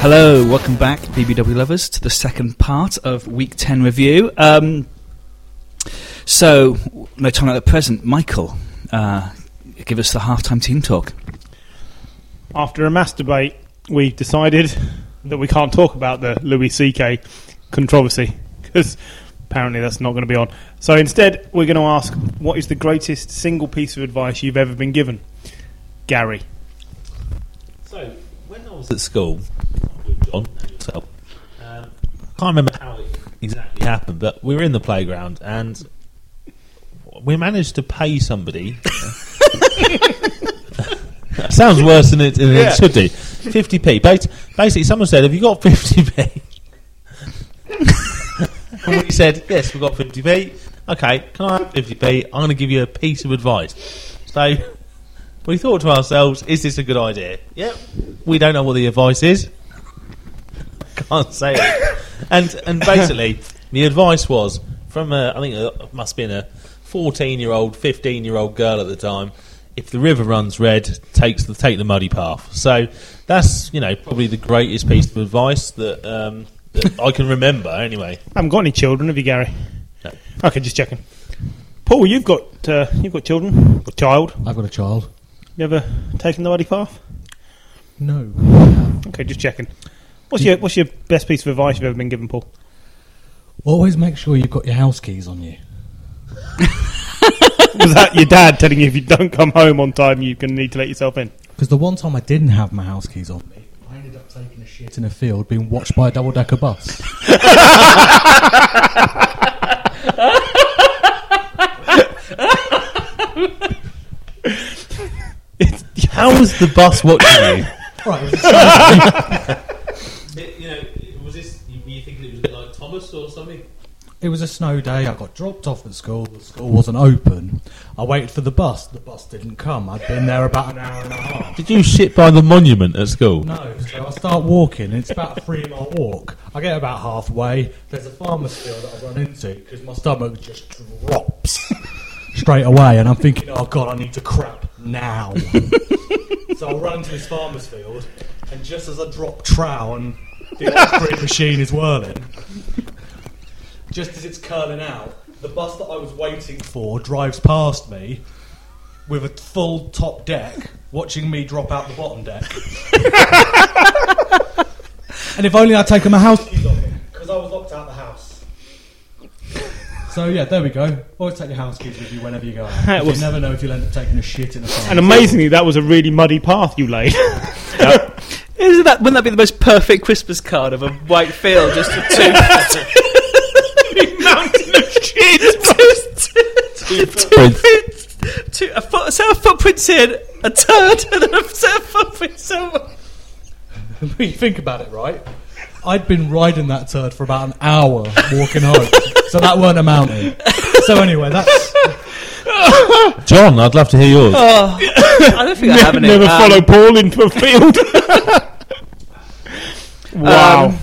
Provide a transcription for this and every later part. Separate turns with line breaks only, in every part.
Hello, welcome back, BBW lovers, to the second part of Week 10 review. Um, so, no time like the present. Michael, uh, give us the halftime team talk.
After a masturbate, we decided that we can't talk about the Louis C.K. controversy because apparently that's not going to be on. So instead, we're going to ask what is the greatest single piece of advice you've ever been given? Gary.
So when I was at school with John and yourself, um, I can't remember how it exactly happened, but we were in the playground and we managed to pay somebody. That sounds worse than it, than it should do. Fifty p. Basically, someone said, "Have you got fifty p?" and we said, "Yes, we've got fifty p." Okay, can I have fifty p? I'm going to give you a piece of advice. So we thought to ourselves, "Is this a good idea?" Yep. We don't know what the advice is. Can't say it. And and basically, the advice was from a, I think it must have been a 14 year old, 15 year old girl at the time. If the river runs red, takes the take the muddy path. So that's you know probably the greatest piece of advice that, um, that I can remember. Anyway,
haven't got any children, have you, Gary?
No.
Okay, just checking. Paul, you've got uh, you've got children, or child.
I've got a child.
You ever taken the muddy path?
No.
Okay, just checking. What's your what's your best piece of advice you've ever been given, Paul?
Always make sure you've got your house keys on you.
Was that your dad telling you if you don't come home on time, you can need to let yourself in?
Because the one time I didn't have my house keys on me, I ended up taking a shit in a field being watched by a double decker bus.
how was the bus watching you?
right, it was a-
you know, was this? Were you thinking it was a bit like Thomas or something?
it was a snow day. I got dropped off at school. The school wasn't open. I waited for the bus. The bus didn't come. I'd been there about an hour and a half.
Did you shit by the monument at school?
No, so I start walking, and it's about a three mile walk. I get about halfway. There's a farmer's field that I run into because my stomach just drops straight away, and I'm thinking, oh god, I need to crap now. so I run into this farmer's field, and just as I drop trow and the ice machine is whirling, just as it's curling out, the bus that I was waiting for drives past me with a full top deck, watching me drop out the bottom deck. And if only I'd taken my house keys off him, because I was locked out the house. So yeah, there we go. Always take your house keys with you whenever you go out. 'cause
was-
You never know if you'll end up taking a shit in a farm.
And amazingly, that was a really muddy path you laid.
Isn't that, wouldn't that be the most perfect Christmas card of a white field? Just a two,
Mountain of shit.
two, two, two, a, foot, a set of footprints in, a turd, and then a set of footprints out.
when you think about it, right? I'd been riding that turd for about an hour walking home, so that weren't a mountain. So anyway, that's
John, I'd love to hear yours.
Oh, I don't think I have any.
Never
Um,
follow Paul into a field.
Um,
wow.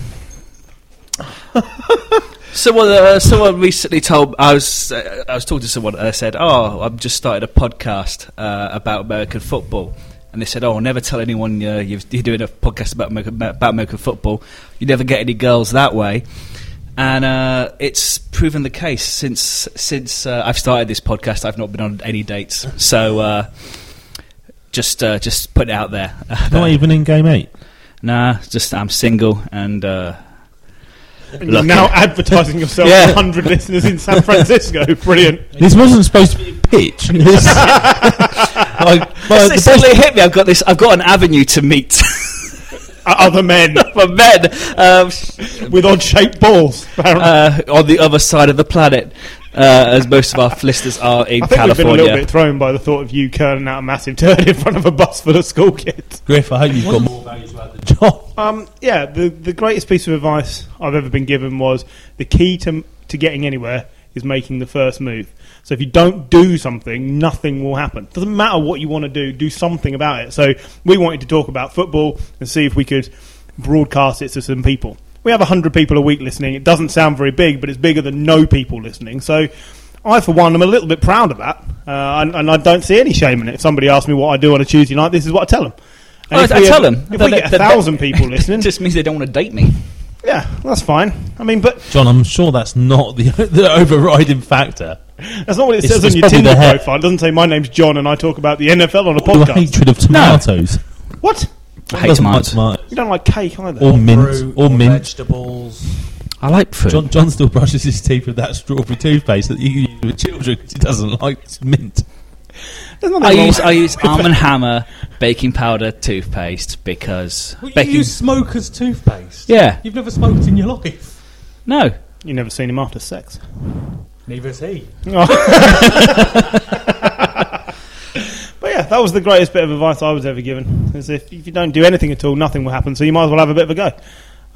Someone, uh, someone recently told I was uh, I was talking to someone and I said, "Oh, I've just started a podcast uh, about American football," and they said, "Oh, never tell anyone uh, you've, you're doing a podcast about American, about American football. You never get any girls that way." And uh, it's proven the case since since uh, I've started this podcast. I've not been on any dates, so uh, just uh, just put it out there.
Not even in game eight.
nah, just I'm single and. Uh,
And you're now advertising yourself
Yeah.
to 100 listeners in San Francisco. Brilliant.
This wasn't supposed to be a pitch. This, like, my-
it
the best-
suddenly hit me. I've got this. I've got an avenue to meet.
Uh, Other men
for men um,
with odd shaped balls. apparently.
uh, on the other side of the planet, uh, as most of our listeners are in
I think we've been a
California.
little bit thrown by the thought of you curling out a massive turd in front of a bus full of school kids.
Griff, I hope you've got more value to add than John.
Um, yeah, the, the greatest piece of advice I've ever been given was the key to, to getting anywhere is making the first move. So if you don't do something, nothing will happen. Doesn't matter what you want to do, do something about it. So we wanted to talk about football and see if we could broadcast it to some people. We have 100 people a week listening. It doesn't sound very big, but it's bigger than no people listening. So I, for one, am a little bit proud of that. Uh, and, and I don't see any shame in it. If somebody asks me what I do on a Tuesday night, this is what I tell them.
I, Oh, I
if we
tell
ever-
them.
If
That-
we get a
that- that-
thousand people
It
listening,
just means they don't want to date me.
yeah, that's fine. I mean, but
John, I'm sure that's not the, the overriding factor.
that's not what it
It's-
says
it's
on your
probably
Tinder
the hair.
profile. It doesn't say my name's John and I talk about the NFL on a
Your
podcast.
hatred of tomatoes.
What?
I hate
Doesn't like
tomatoes.
tomatoes.
You don't like cake either.
Or mint.
Fruit
Or mint.
vegetables.
I like food.
John, John still brushes his teeth with that strawberry toothpaste that you use with children because he doesn't like mint.
There's nothing
I
wrong
use
with-
I use Arm and Hammer baking powder toothpaste because
Well,
baking.
you use smoker's toothpaste.
yeah,
You've never smoked in your life.
no.
You never seen him after sex.
Neither has he.
But yeah, that was the greatest bit of advice I was ever given. Is if, if you don't do anything at all, nothing will happen. So you might as well have a bit of a go.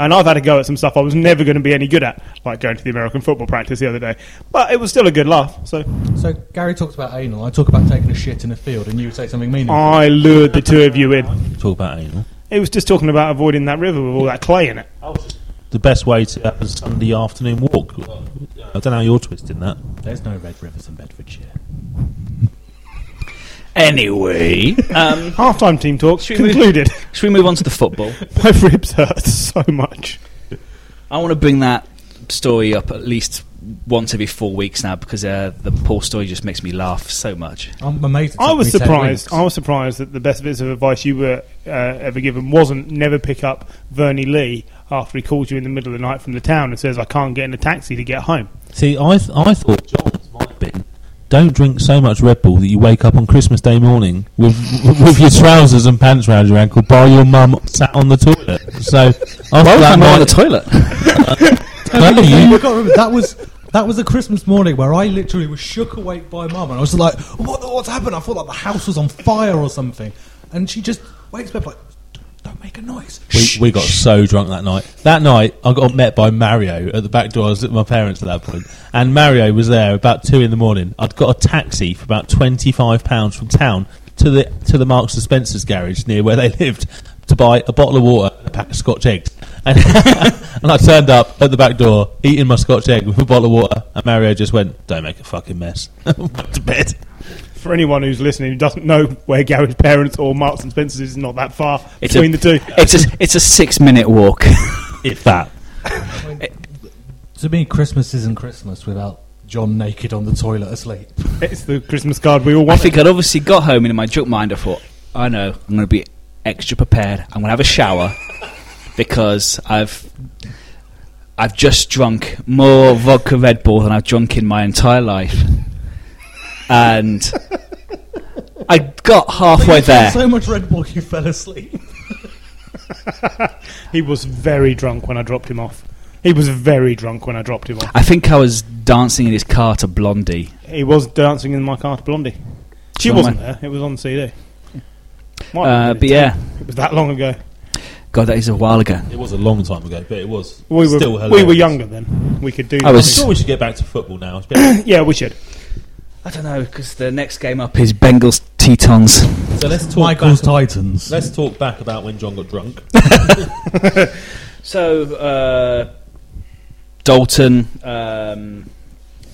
And I've had a go at some stuff I was never going to be any good at, like going to the American football practice the other day. But it was still a good laugh. So
So Gary talks about anal. I talk about taking a shit in a field, and you say something meaningful.
I lured the two of you in.
Talk about anal.
It was just talking about avoiding that river with all that clay in it.
The best way to have a Sunday afternoon walk. I don't know how you're twisting that.
There's no red rivers in Bedfordshire.
Anyway, um,
Halftime team talk
Should we-
concluded.
should we move on to the football?
My ribs hurt so much.
I want to bring that story up at least once every four weeks now because uh, the Paul story just makes me laugh so much.
I'm amazed. it
I
took
was
me 10
surprised.
weeks.
I was surprised that the best bits of advice you were uh, ever given wasn't never pick up Vernie Lee after he calls you in the middle of the night from the town and says, "I can't get in a taxi to get home."
See, I, th- I thought John's might have been. Don't drink so much Red Bull that you wake up on Christmas Day morning with with your trousers and pants round your ankle by your mum sat on the toilet. So after that
I'm on the
night,
toilet.
no,
You
you,
got to remember that was that was a Christmas morning where I literally was shook awake by mum, and I was like, "What? What's happened?" I thought like the house was on fire or something, and she just wakes me up like, "Don't- "Don't make a noise."
we, we got so drunk that night. That night, I got met by Mario at the back door. I was at my parents at that point, and Mario was there about two in the morning. I'd got a taxi for about twenty five pounds from town to the to the Marks and Spencer's garage near where they lived to buy a bottle of water and a pack of Scotch eggs. And, and I turned up at the back door eating my Scotch egg with a bottle of water, and Mario just went, "Don't make a fucking mess." Went to bed.
For anyone who's listening who doesn't know where Gary's parents or Marks and Spencer's is, not that far
It's
between
a-
the two.
It's a it's a six minute walk.
If that.
To me, Christmas isn't Christmas without John naked on the toilet asleep.
It's the Christmas card we all
I
want.
think I'd obviously got home and in my drunk mind I thought, I know, I'm going to be extra prepared. I'm going to have a shower because I've I've just drunk more vodka Red Bull than I've drunk in my entire life. And I got halfway there.
So much Red Bull, you fell asleep.
He was very drunk when I dropped him off. He was very drunk when I dropped him off.
I think I was dancing in his car to Blondie.
He was dancing in my car to Blondie. She
Somewhere.
wasn't there. It was on CD. Might have
Uh,
been
but
in
yeah,
tape. it was that long ago.
God, that is a while ago.
It was a long time ago, but it was
We were
still
we were
hilarious.
younger then. We could do.
I
I'm
was-
sure we should get back to football now. It's been-
Yeah, we should.
I don't know because the next game up is Bengals Tetons.
So let's talk
Michael's
back.
Titans.
Let's talk back about when John got drunk.
So uh, Dalton um,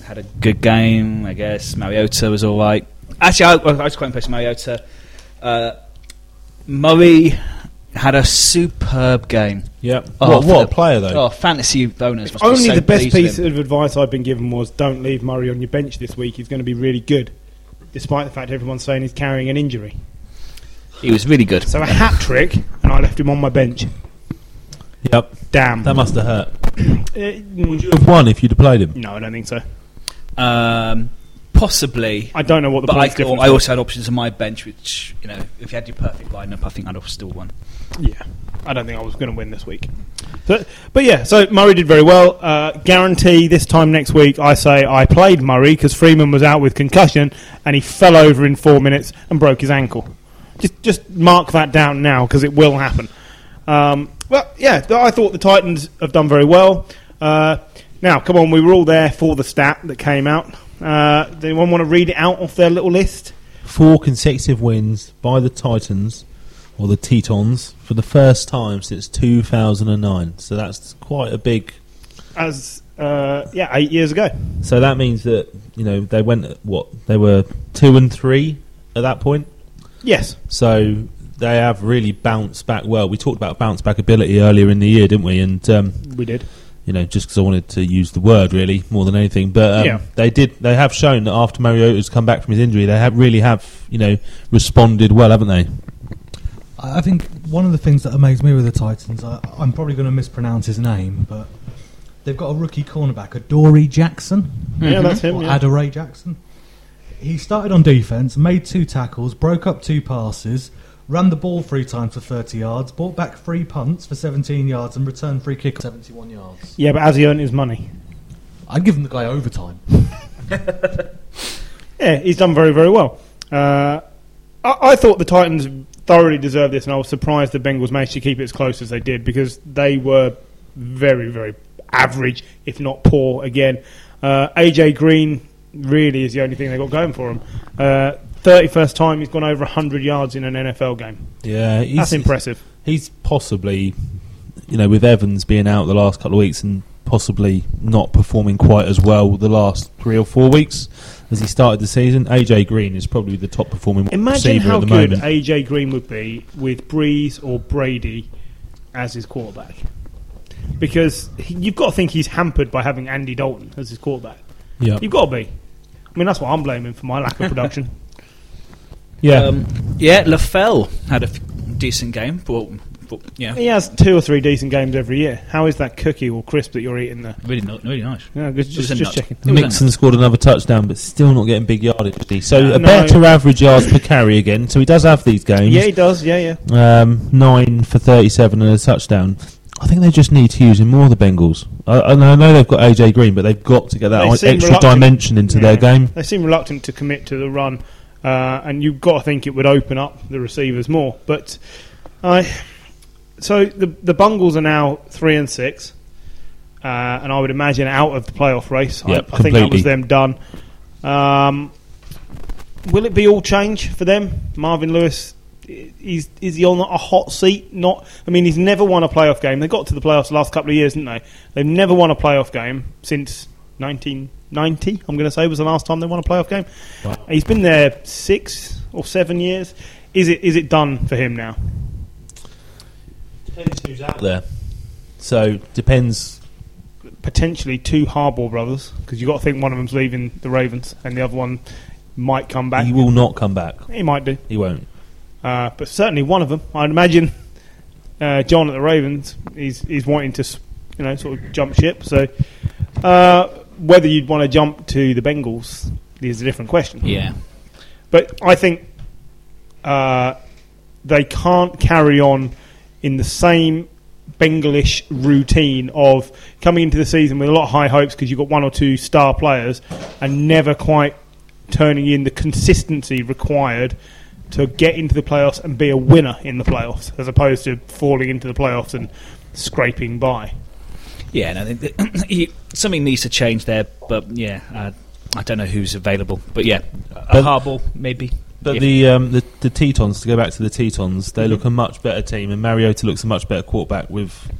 had a good game, I guess. Mariota was all right. Actually, I, I was quite impressed with Mariota. Uh, Murray had a superb game.
Yeah.
Oh,
what what a
for the-
player though.
Oh, fantasy owners must be
Only
so
the best
pleased with
piece
him.
of advice I've been given was don't leave Murray on your bench this week. He's going to be really good, despite the fact everyone's saying he's carrying an injury.
He was really good.
So a hat trick, and I left him on my bench.
Yep.
Damn.
That must have hurt.
Uh, mm,
You have won if you'd have played him.
no, I don't think so.
Um, possibly.
I don't know what the
But I,
points
thought-
difference
I
was.
also had options on my bench, which, you know, if you had your perfect lineup, I think I'd have still won.
Yeah, I don't think I was going to win this week. But, but yeah, so Murray did very well. Uh, guarantee this time next week, I say I played Murray because Freeman was out with concussion and he fell over in four minutes and broke his ankle. Just just mark that down now because it will happen. Um, well, yeah, th- I thought the Titans have done very well. Uh, now, come on, we were all there for the stat that came out. Uh, does anyone want to read it out off their little list?
Four consecutive wins by the Titans or the Tetons for the first time since 2009. So that's quite a big.
As uh, yeah, eight years ago.
So that means that you know they went what they were two and three at that point.
Yes.
So they have really bounced back well. We talked about bounce back ability earlier in the year, didn't we? And um,
We did.
you know, just because I wanted to use the word really more than anything. But um,
Yeah.
they did. They have shown that after Mariota's come back from his injury, they have really have you know responded well, haven't they?
I I think one of the things that amazed me with the Titans, I, I'm probably going to mispronounce his name, but they've got a rookie cornerback, Adoree Jackson,
Yeah, that's him.
or
Yeah.
Adoree Jackson. He started on defense, made two tackles, broke up two passes, ran the ball three times for 30 yards, brought back three punts for 17 yards, and returned free kick 71 yards.
yeah, but has he earned his money?
I'd given the guy overtime.
Yeah, he's done very, very well. Uh, I, I thought the Titans thoroughly deserved this, and I was surprised the Bengals managed to keep it as close as they did because they were very, very average, if not poor, again. Uh, AJ Green really is the only thing they got going for him. Uh, 31st time he's gone over 100 yards in an NFL game.
Yeah, he's,
That's impressive.
He's possibly, you know, with Evans being out the last couple of weeks and possibly not performing quite as well the last three or four weeks as he started the season. AJ Green is probably the top performing
Imagine
receiver
how
at the
good
moment.
AJ Green would be with Breeze or Brady as his quarterback, because he, you've got to think he's hampered by having Andy Dalton as his quarterback.
yeah,
You've got to be. I mean, that's what I'm blaming for my lack of production.
yeah.
Um, yeah, LaFell had a f- decent game, but, but yeah,
he has two or three decent games every year. How is that cookie or crisp that you're eating there?
really, no- really nice.
Yeah, just,
was a
just, just
nut.
uh,
checking.
It was a
Mixon scored another touchdown, but still not getting big yardage. did he? So
No.
a better average yards per carry again. So he does have these games.
Yeah, he does. Yeah, yeah.
Um, nine for 37 and a touchdown. I think they just need to use him more, the Bengals. I, I know I know they've got AJ Green, but they've got to get that
They
i-
seem
extra
reluctant.
dimension into their
Yeah.
game.
They seem reluctant to commit to the run, uh, and you've got to think it would open up the receivers more. But I, so the the Bungles are now three and six, uh, and I would imagine out of the playoff race.
Yep,
I, I think that
completely.
was them done. Um, will it be all change for them? Marvin Lewis. i- Is is he on a hot seat? Not, I mean, he's never won a playoff game. They got to the playoffs the last couple of years, didn't they? They've never won a playoff game since 1990. I'm going to say was the last time they won a playoff game. He's been there six or seven years. Is it is it done for him now?
Depends who's out there. So depends.
Potentially two Harbaugh brothers because you got to think one of them's leaving the Ravens and the other one might come back.
He will not come back.
He might do,
He won't.
uh, but certainly one of them. I'd imagine uh, John at the Ravens. He's he's wanting to s- you know sort of jump ship. So uh, whether you'd want to jump to the Bengals is a different question.
Yeah.
But I think uh, they can't carry on in the same Bengalish routine of coming into the season with a lot of high hopes because you've got one or two star players and never quite turning in the consistency required to get into the playoffs and be a winner in the playoffs as opposed to falling into the playoffs and scraping by.
Yeah, no, th- th- he- something needs to change there, but yeah, uh, I don't know who's available, but yeah, a
But-
Harbaugh maybe.
But
If-
the, um, the the Tetons, to go back to the Tetons, they look a much better team, and Mariota looks a much better quarterback with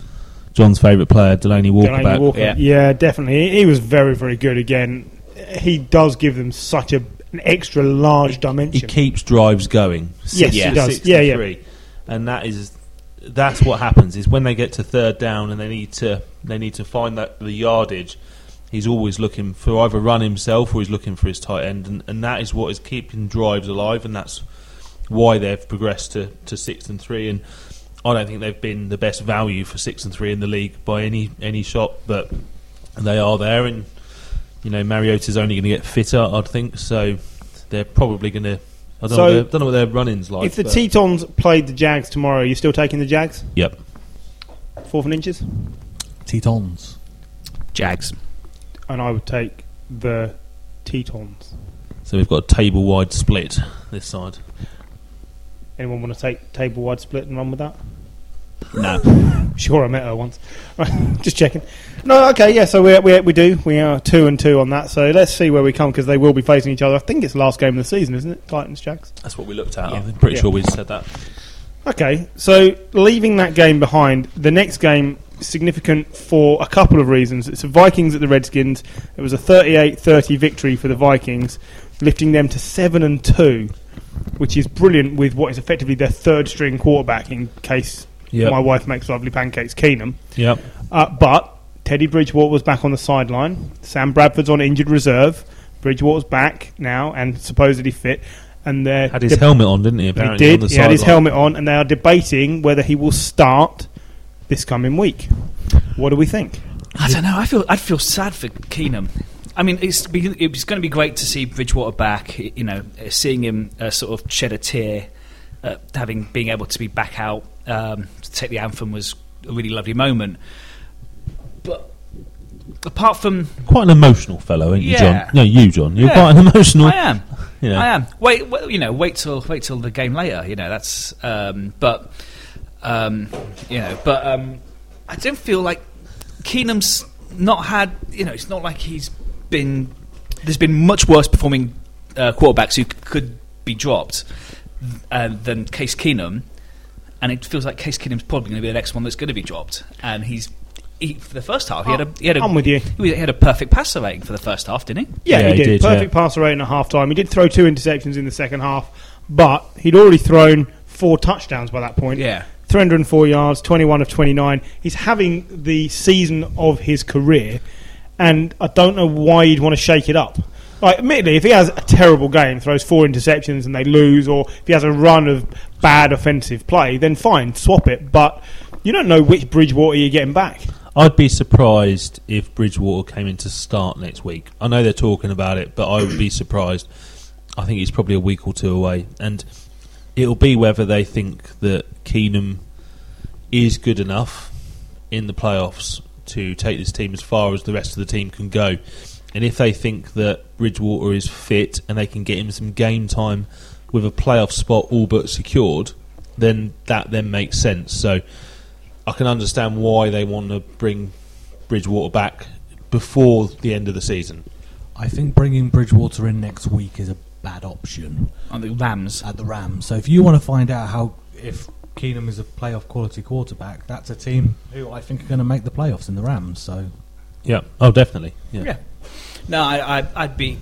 John's favourite player, Delaney Walker.
Delaney
back.
Walker.
yeah.
Yeah. definitely. He, he was very, very good again. He does give them such a, an extra large
He
dimension.
keeps drives going.
Yes,
he
yeah.
does. Yeah, yeah.
And that is that's what happens is when they get to third down and they need to they need to find that the yardage. He's always looking for either run himself or he's looking for his tight end, and, and that is what is keeping drives alive, and that's why they've progressed to, to six and three. And I don't think they've been the best value for six and three in the league by any any shot, but they are there, and you know Mariota's only going to get fitter, I'd think. So they're probably going to. I don't,
So-
know, what their- don't know what their run-ins like.
If the
but-
Tetons played the Jags tomorrow, are you still taking the Jags?
Yep.
Fourth and inches?
Tetons.
Jags.
And I would take the Tetons.
So we've got a table wide split this side.
Anyone want to take table wide split and run with that?
No.
Sure, I met her once. Right, Just checking. No, okay, yeah. So we we we do. We are two and two on that. So let's see where we come because they will be facing each other. I think it's the last game of the season, isn't it? Titans Jags.
That's what we looked at.
Yeah.
I'm pretty
Yeah.
sure we said that.
Okay, so leaving that game behind, the next game significant for a couple of reasons. It's the Vikings at the Redskins. It was a 38-30 victory for the Vikings, lifting them to 7 and 2. which is brilliant with what is effectively their third string quarterback in case
Yep.
my wife makes lovely pancakes, Keenum.
Yep.
Uh, but Teddy Bridgewater was back on the sideline. Sam Bradford's on injured reserve. Bridgewater's back now and supposedly fit. And they're
Had his
deb-
helmet on, didn't he?
He
Apparently,
did.
On the
He had his
sideline.
helmet on, and they are debating whether he will start this coming week. What do we think?
I don't know. I feel I'd feel sad for Keenum. I mean, it's be, it's going to be great to see Bridgewater back. y- You know, uh, seeing him uh, sort of shed a tear, uh, having being able to be back out um, to take the anthem was a really lovely moment. But apart from,
Quite an emotional fellow, ain't you,
Yeah.
John? No, you, John. You're
Yeah.
quite an emotional.
I am,
You know.
I am. Wait, well, you know, wait till wait till the game later. You know, that's. Um, but um, you know, but um, I don't feel like Keenum's not had. You know, it's not like he's been. There's been much worse performing uh, quarterbacks who c- could be dropped uh, than Case Keenum, and it feels like Case Keenum's probably going to be the next one that's going to be dropped, and he's. He, for the first half, he had a he had a,
I'm with you.
He had a perfect passer rating for the first half, didn't he?
Yeah,
Yeah,
he,
he
did.
did,
Perfect passer rating at half time. He did throw two interceptions in the second half, but he'd already thrown four touchdowns by that point.
Yeah.
304 yards, 21 of 29. He's having the season of his career, and I don't know why you'd want to shake it up. Like, admittedly, if he has a terrible game, throws four interceptions and they lose, or if he has a run of bad offensive play, then fine, swap it. But you don't know which Bridgewater you're getting back.
I'd be surprised if Bridgewater came in to start next week. I know they're talking about it, but I would be surprised. I think it's probably a week or two away, and it'll be whether they think that Keenum is good enough in the playoffs to take this team as far as the rest of the team can go, and if they think that Bridgewater is fit and they can get him some game time with a playoff spot all but secured, then that then makes sense. So. I can understand why they want to bring Bridgewater back before the end of the season.
I think bringing Bridgewater in next week is a bad option
On the Rams,
at the Rams. So if you want to find out how if Keenum is a playoff quality quarterback, that's a team who I think are going to make the playoffs in the Rams. So
Yeah. Oh, definitely. Yeah.
Yeah. No, I, I, I'd be.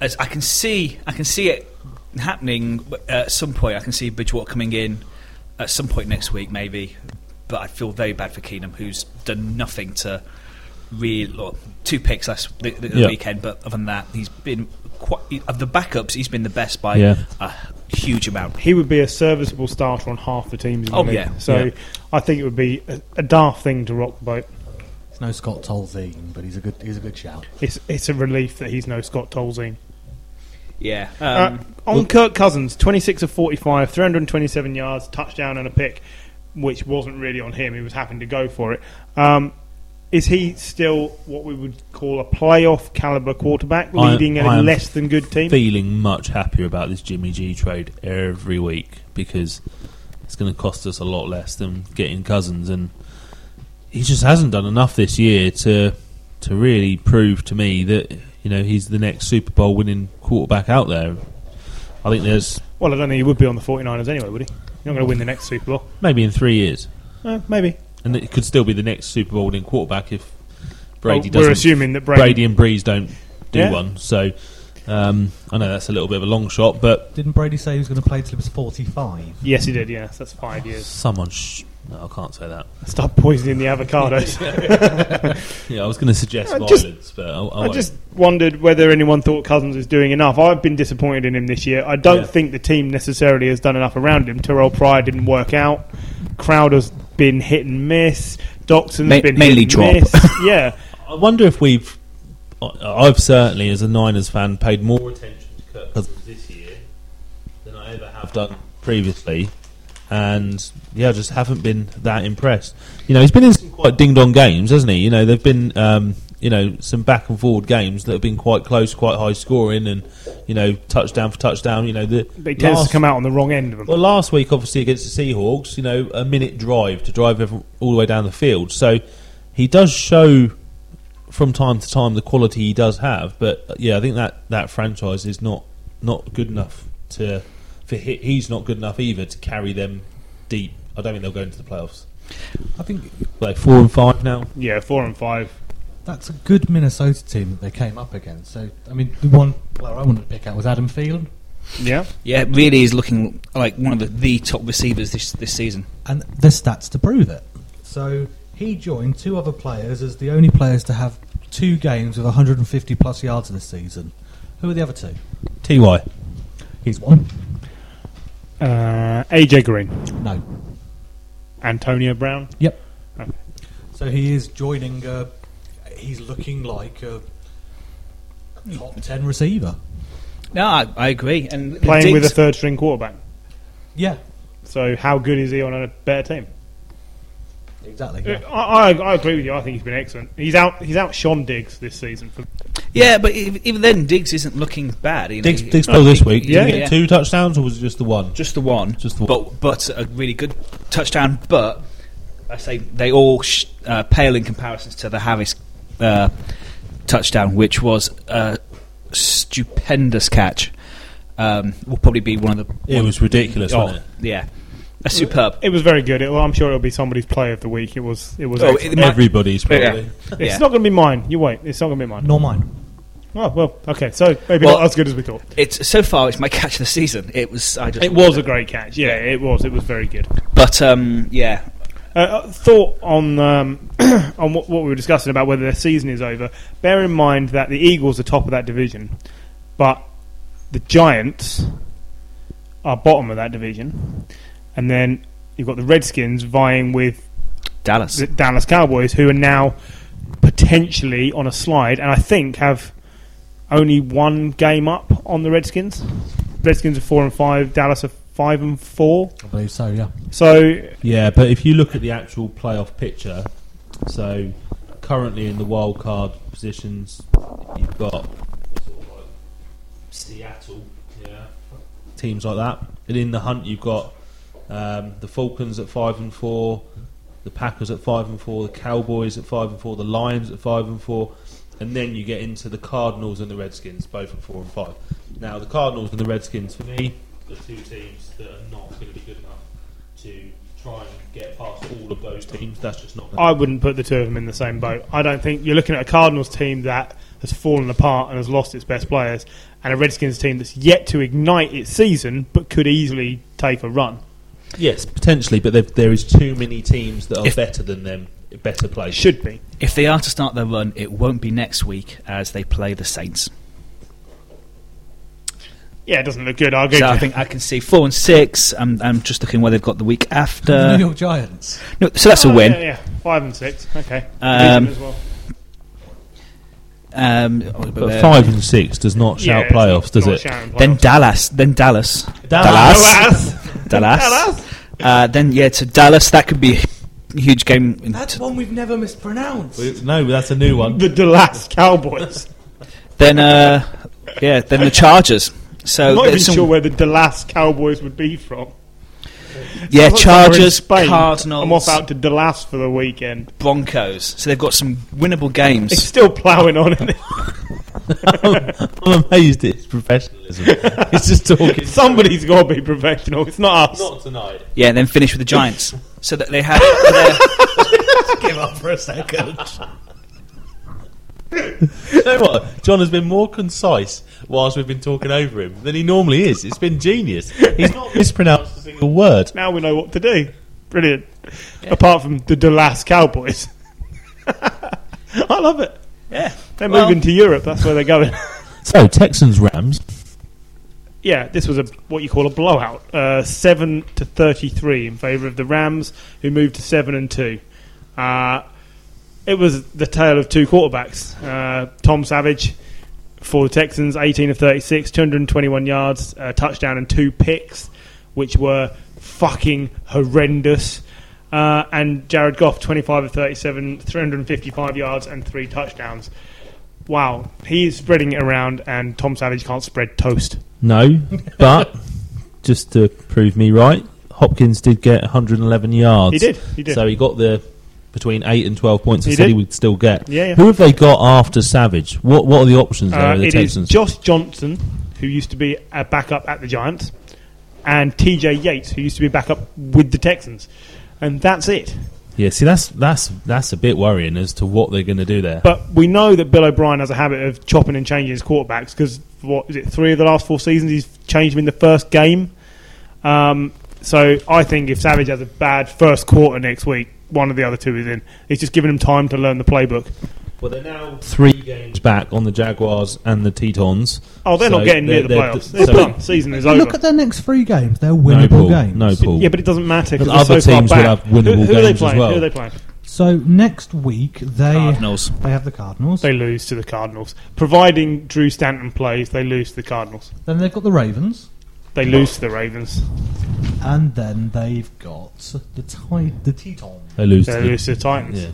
As I can see, I can see it happening uh, at some point. I can see Bridgewater coming in at some point next week, maybe. But I feel very bad for Keenum, who's done nothing to real or two picks last the, the
Yeah.
weekend. But other than that, he's been quite of the backups. He's been the best by
Yeah.
a huge amount.
he would be a serviceable starter on half the teams. In the
Oh,
league.
yeah.
So
Yeah.
I think it would be a, a daft thing to rock the boat.
it's no Scott Tolzien, but he's a good he's a good shout.
It's it's a relief that he's no Scott Tolzien.
Yeah.
Uh,
Um,
on Kirk Cousins, twenty six of forty five, three hundred and twenty seven yards, touchdown and a pick, which wasn't really on him. He was happened to go for it. Um, is he still what we would call a playoff caliber quarterback,
I-
leading
I
a
am
less than good team?
Feeling much happier about this Jimmy G trade every week because it's going to cost us a lot less than getting Cousins, and he just hasn't done enough this year to to really prove to me that you know he's the next Super Bowl winning quarterback out there. I think there's
well, I don't think he would be on the 49ers anyway, would he? You're not going to win the next Super Bowl.
maybe in three years.
Uh, maybe.
and it could still be the next Super Bowl winning quarterback if Brady
Well,
doesn't.
we're assuming that Brady,
Brady, and Breeze don't do
Yeah.
one. So um, I know that's a little bit of a long shot, but
Didn't Brady say he was going to play till he was forty five?
Yes, he did. Yes, that's five years.
someone. Sh- no, I can't say that.
Stop poisoning the avocados.
Yeah, I was going to suggest
I Uh, just-
violence, but I,
I
I won't.
just wondered whether anyone thought Cousins was doing enough. I've been disappointed in him this year. I don't
Yeah.
think the team necessarily has done enough around him. Terrell Pryor didn't work out. Crowder's been hit and miss. Doxson's
Ma-
been
mainly
hit
drop.
and miss. Yeah,
I wonder if we've. I- I've certainly, as a Niners fan, paid more attention to Kirk Cousins this year than I ever have done previously, and yeah, I just haven't been that impressed. You know, he's been in some quite ding-dong games, hasn't he? You know, they've been, um, you know, some back and forward games that have been quite close, quite high scoring, and you know, touchdown for touchdown. You know, the
but he tends
last-
to come out on the wrong end of them.
well, last week, obviously, against the Seahawks, you know, a minute drive to drive every, all the way down the field. So he does show from time to time the quality he does have. But uh, yeah, I think that, that franchise is not, not good enough to. For he, he's not good enough either to carry them deep. I don't think they'll go into the playoffs.
I think
Like four and five now.
yeah, four and five.
that's a good Minnesota team that they came up against. So I mean, the one player I wanted to pick out was Adam Thielen.
Yeah.
Yeah, really is looking like one of the, the top receivers this this season.
and there's stats to prove it. So he joined two other players as the only players to have two games with 150 plus yards this season. Who are the other two?
Ty.
He's one.
Uh, AJ Green,
No.
Antonio Brown.
Yep.
Oh.
So he is joining. Uh, he's looking like a top ten receiver.
No, I, I agree. And
Playing with a
Diggs-
third string quarterback.
Yeah,
So how good is he on a better team?
exactly.
Uh, I, I, I agree with you. I think he's been excellent. He's out. He's outshone Diggs this season. For,
yeah, but ev- even then, Diggs isn't looking bad. You know.
Diggs,
He-
Diggs played this week. Did
Yeah,
he get
yeah.
two touchdowns or was it just the one?
just the one,
Just the one.
but but a really good touchdown. But I say they all sh- uh, pale in comparisons to the Harris uh, touchdown, which was a stupendous catch. Um, will probably be one of the.
It was ridiculous,
Oh,
wasn't it?
yeah, a superb.
it was very good. It, well, I'm sure it'll be somebody's play of the week. It was. It was.
Oh,
excellent.
it might-
Everybody's probably.
Yeah.
it's
yeah.
not going to be mine. You wait. It's not going to be mine.
Nor mine.
Oh well. Okay. So maybe
Well-
not as good as we thought.
It's so far. It's my catch of the season. It was. I just.
It was a great catch. Yeah, it was. It was very good.
But um, yeah,
Uh, Uh, thought on um, on what, what we were discussing about whether their season is over. Bear in mind that the Eagles are top of that division, but the Giants are bottom of that division, and then you've got the Redskins vying with
Dallas.
the Dallas Cowboys, who are now potentially on a slide, and I think have only one game up on the Redskins. Redskins are four and five. Dallas are five and four.
I believe so. Yeah.
So
Yeah, but if you look at the actual playoff picture, so currently in the wild card positions, you've got sort of like Seattle, yeah, teams like that, and in the hunt you've got um, the Falcons at five and four, the Packers at five and four, the Cowboys at five and four, the Lions at five and four, and then you get into the Cardinals and the Redskins, both at four and five. Now the Cardinals and the Redskins, for me, are two teams that are not going to be good enough to try and get past all of those teams. That's just not.
I wouldn't put the two of them in the same boat. I don't think you're looking at a Cardinals team that has fallen apart and has lost its best players, and a Redskins team that's yet to ignite its season but could easily take a run.
yes, potentially, but there- there is too many teams that are
If-
better than them, better
It
placed.
should be.
If they are to start their run, it won't be next week as they play the Saints.
Yeah, it doesn't look good. I agree.
So I
with you.
think I can see four and six. I'm, I'm just looking where they've got the week
the New
after.
York Giants.
No, so that's a
Oh,
win.
Yeah, yeah. five and six. Okay.
Um,
Decent as well.
Um,
But five and six does not
Yeah,
shout
it's
playoffs,
not-
does
not
it?
shouting
then
playoffs.
Dallas. Then Dallas. Dallas.
Dallas.
Uh, then yeah, to Dallas. That could be a huge game. in-
That's one we've never mispronounced.
We- No, that's a new one.
the Dallas Cowboys.
Then uh, yeah, then the Chargers. So
I'm not even
there's some-
sure where the Dallas Cowboys would be from.
yeah,
Looks like we're in
Chargers,
Spain.
Cardinals,
I'm off out to Dallas for the weekend.
Broncos. So they've got some winnable
It's
games.
still ploughing on. isn't it?
I'm amazed at his professionalism. It's just talking.
Somebody's got to be professional. It's not us.
Not tonight.
Yeah, and then finish with the Giants. So that they have their,
Give up for a second.
You know what? John has been more concise whilst we've been talking over him than he normally is. It's been genius. He's not mispronounced a single word.
Now we know what to do. Brilliant. Apart from the Dallas Cowboys. I love it.
yeah.
They're
Well-
moving to Europe. That's where they're going.
So Texans Rams.
yeah, this was a what you call a blowout. Uh, seven to thirty-three in favour of the Rams, who moved to seven and two. Uh, it was the tale of two quarterbacks. Uh, Tom Savage for the Texans, eighteen of thirty-six, two hundred and twenty-one yards, a touchdown, and two picks, which were fucking horrendous. Uh, and Jared Goff, twenty-five of thirty-seven, three hundred and fifty-five yards, and three touchdowns. Wow, he is spreading it around, and Tom Savage can't spread toast.
No, but just to prove me right, Hopkins did get 111 yards.
He did. He did.
So he got the between eight and 12 points. I
He
said he
did.
would still get.
Yeah, yeah.
Who have they got after Savage? What What are the options there?
Uh,
with the
it is
Texans.
Josh Johnson, who used to be a backup at the Giants, and TJ Yates, who used to be a backup with the Texans. And that's it.
yeah. See, that's that's that's a bit worrying as to what they're going to do there.
But we know that Bill O'Brien has a habit of chopping and changing his quarterbacks because, what is it, three of the last four seasons he's changed him in the first game. Um, so I think if Savage has a bad first quarter next week, one of the other two is in. It's just giving him time to learn the playbook.
Well, they're now three games back on the Jaguars and the Tetons.
Oh, they're
So
not getting near
they're-
the
they're-
playoffs. It's
so-
done. Season is over.
Look at their next three games; they're
No,
winnable
Paul.
games.
No, Paul.
Yeah, but it doesn't matter because
Other
so
teams will
far
have
back.
winnable
who, who are
games
they
as
playing?
well.
Who are they playing?
So next week they
Cardinals.
they have the Cardinals.
They lose to the Cardinals. Providing Drew Stanton plays, they lose to the Cardinals.
then they've got the Ravens,
They lose to the Ravens.
and then they've got the Tide, the Tetons.
They lose.
They
to the-
lose to the Titans.
yeah.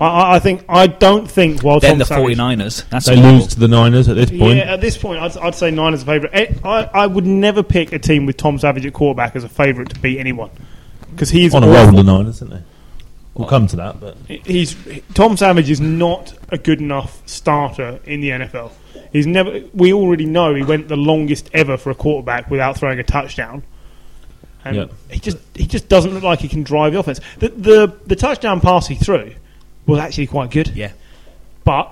I I, I think I don't think while
Then
Tom
the
Savage,
49ers. That's
They
horrible.
lose to the Niners at this point.
Yeah, at this point, I'd, I'd say Niners are favourite. Eh, I, I would never pick a team with Tom Savage at quarterback as a favourite to beat anyone because he's
on a roll, the
awful.
Niners, isn't they? We'll come to that, but
He's Tom Savage is not a good enough starter in the NFL. He's never. We already know he went the longest ever for a quarterback without throwing a touchdown, and
Yep.
he just he just doesn't look like he can drive the offense. The, the the touchdown pass he threw was actually quite good.
Yeah.
but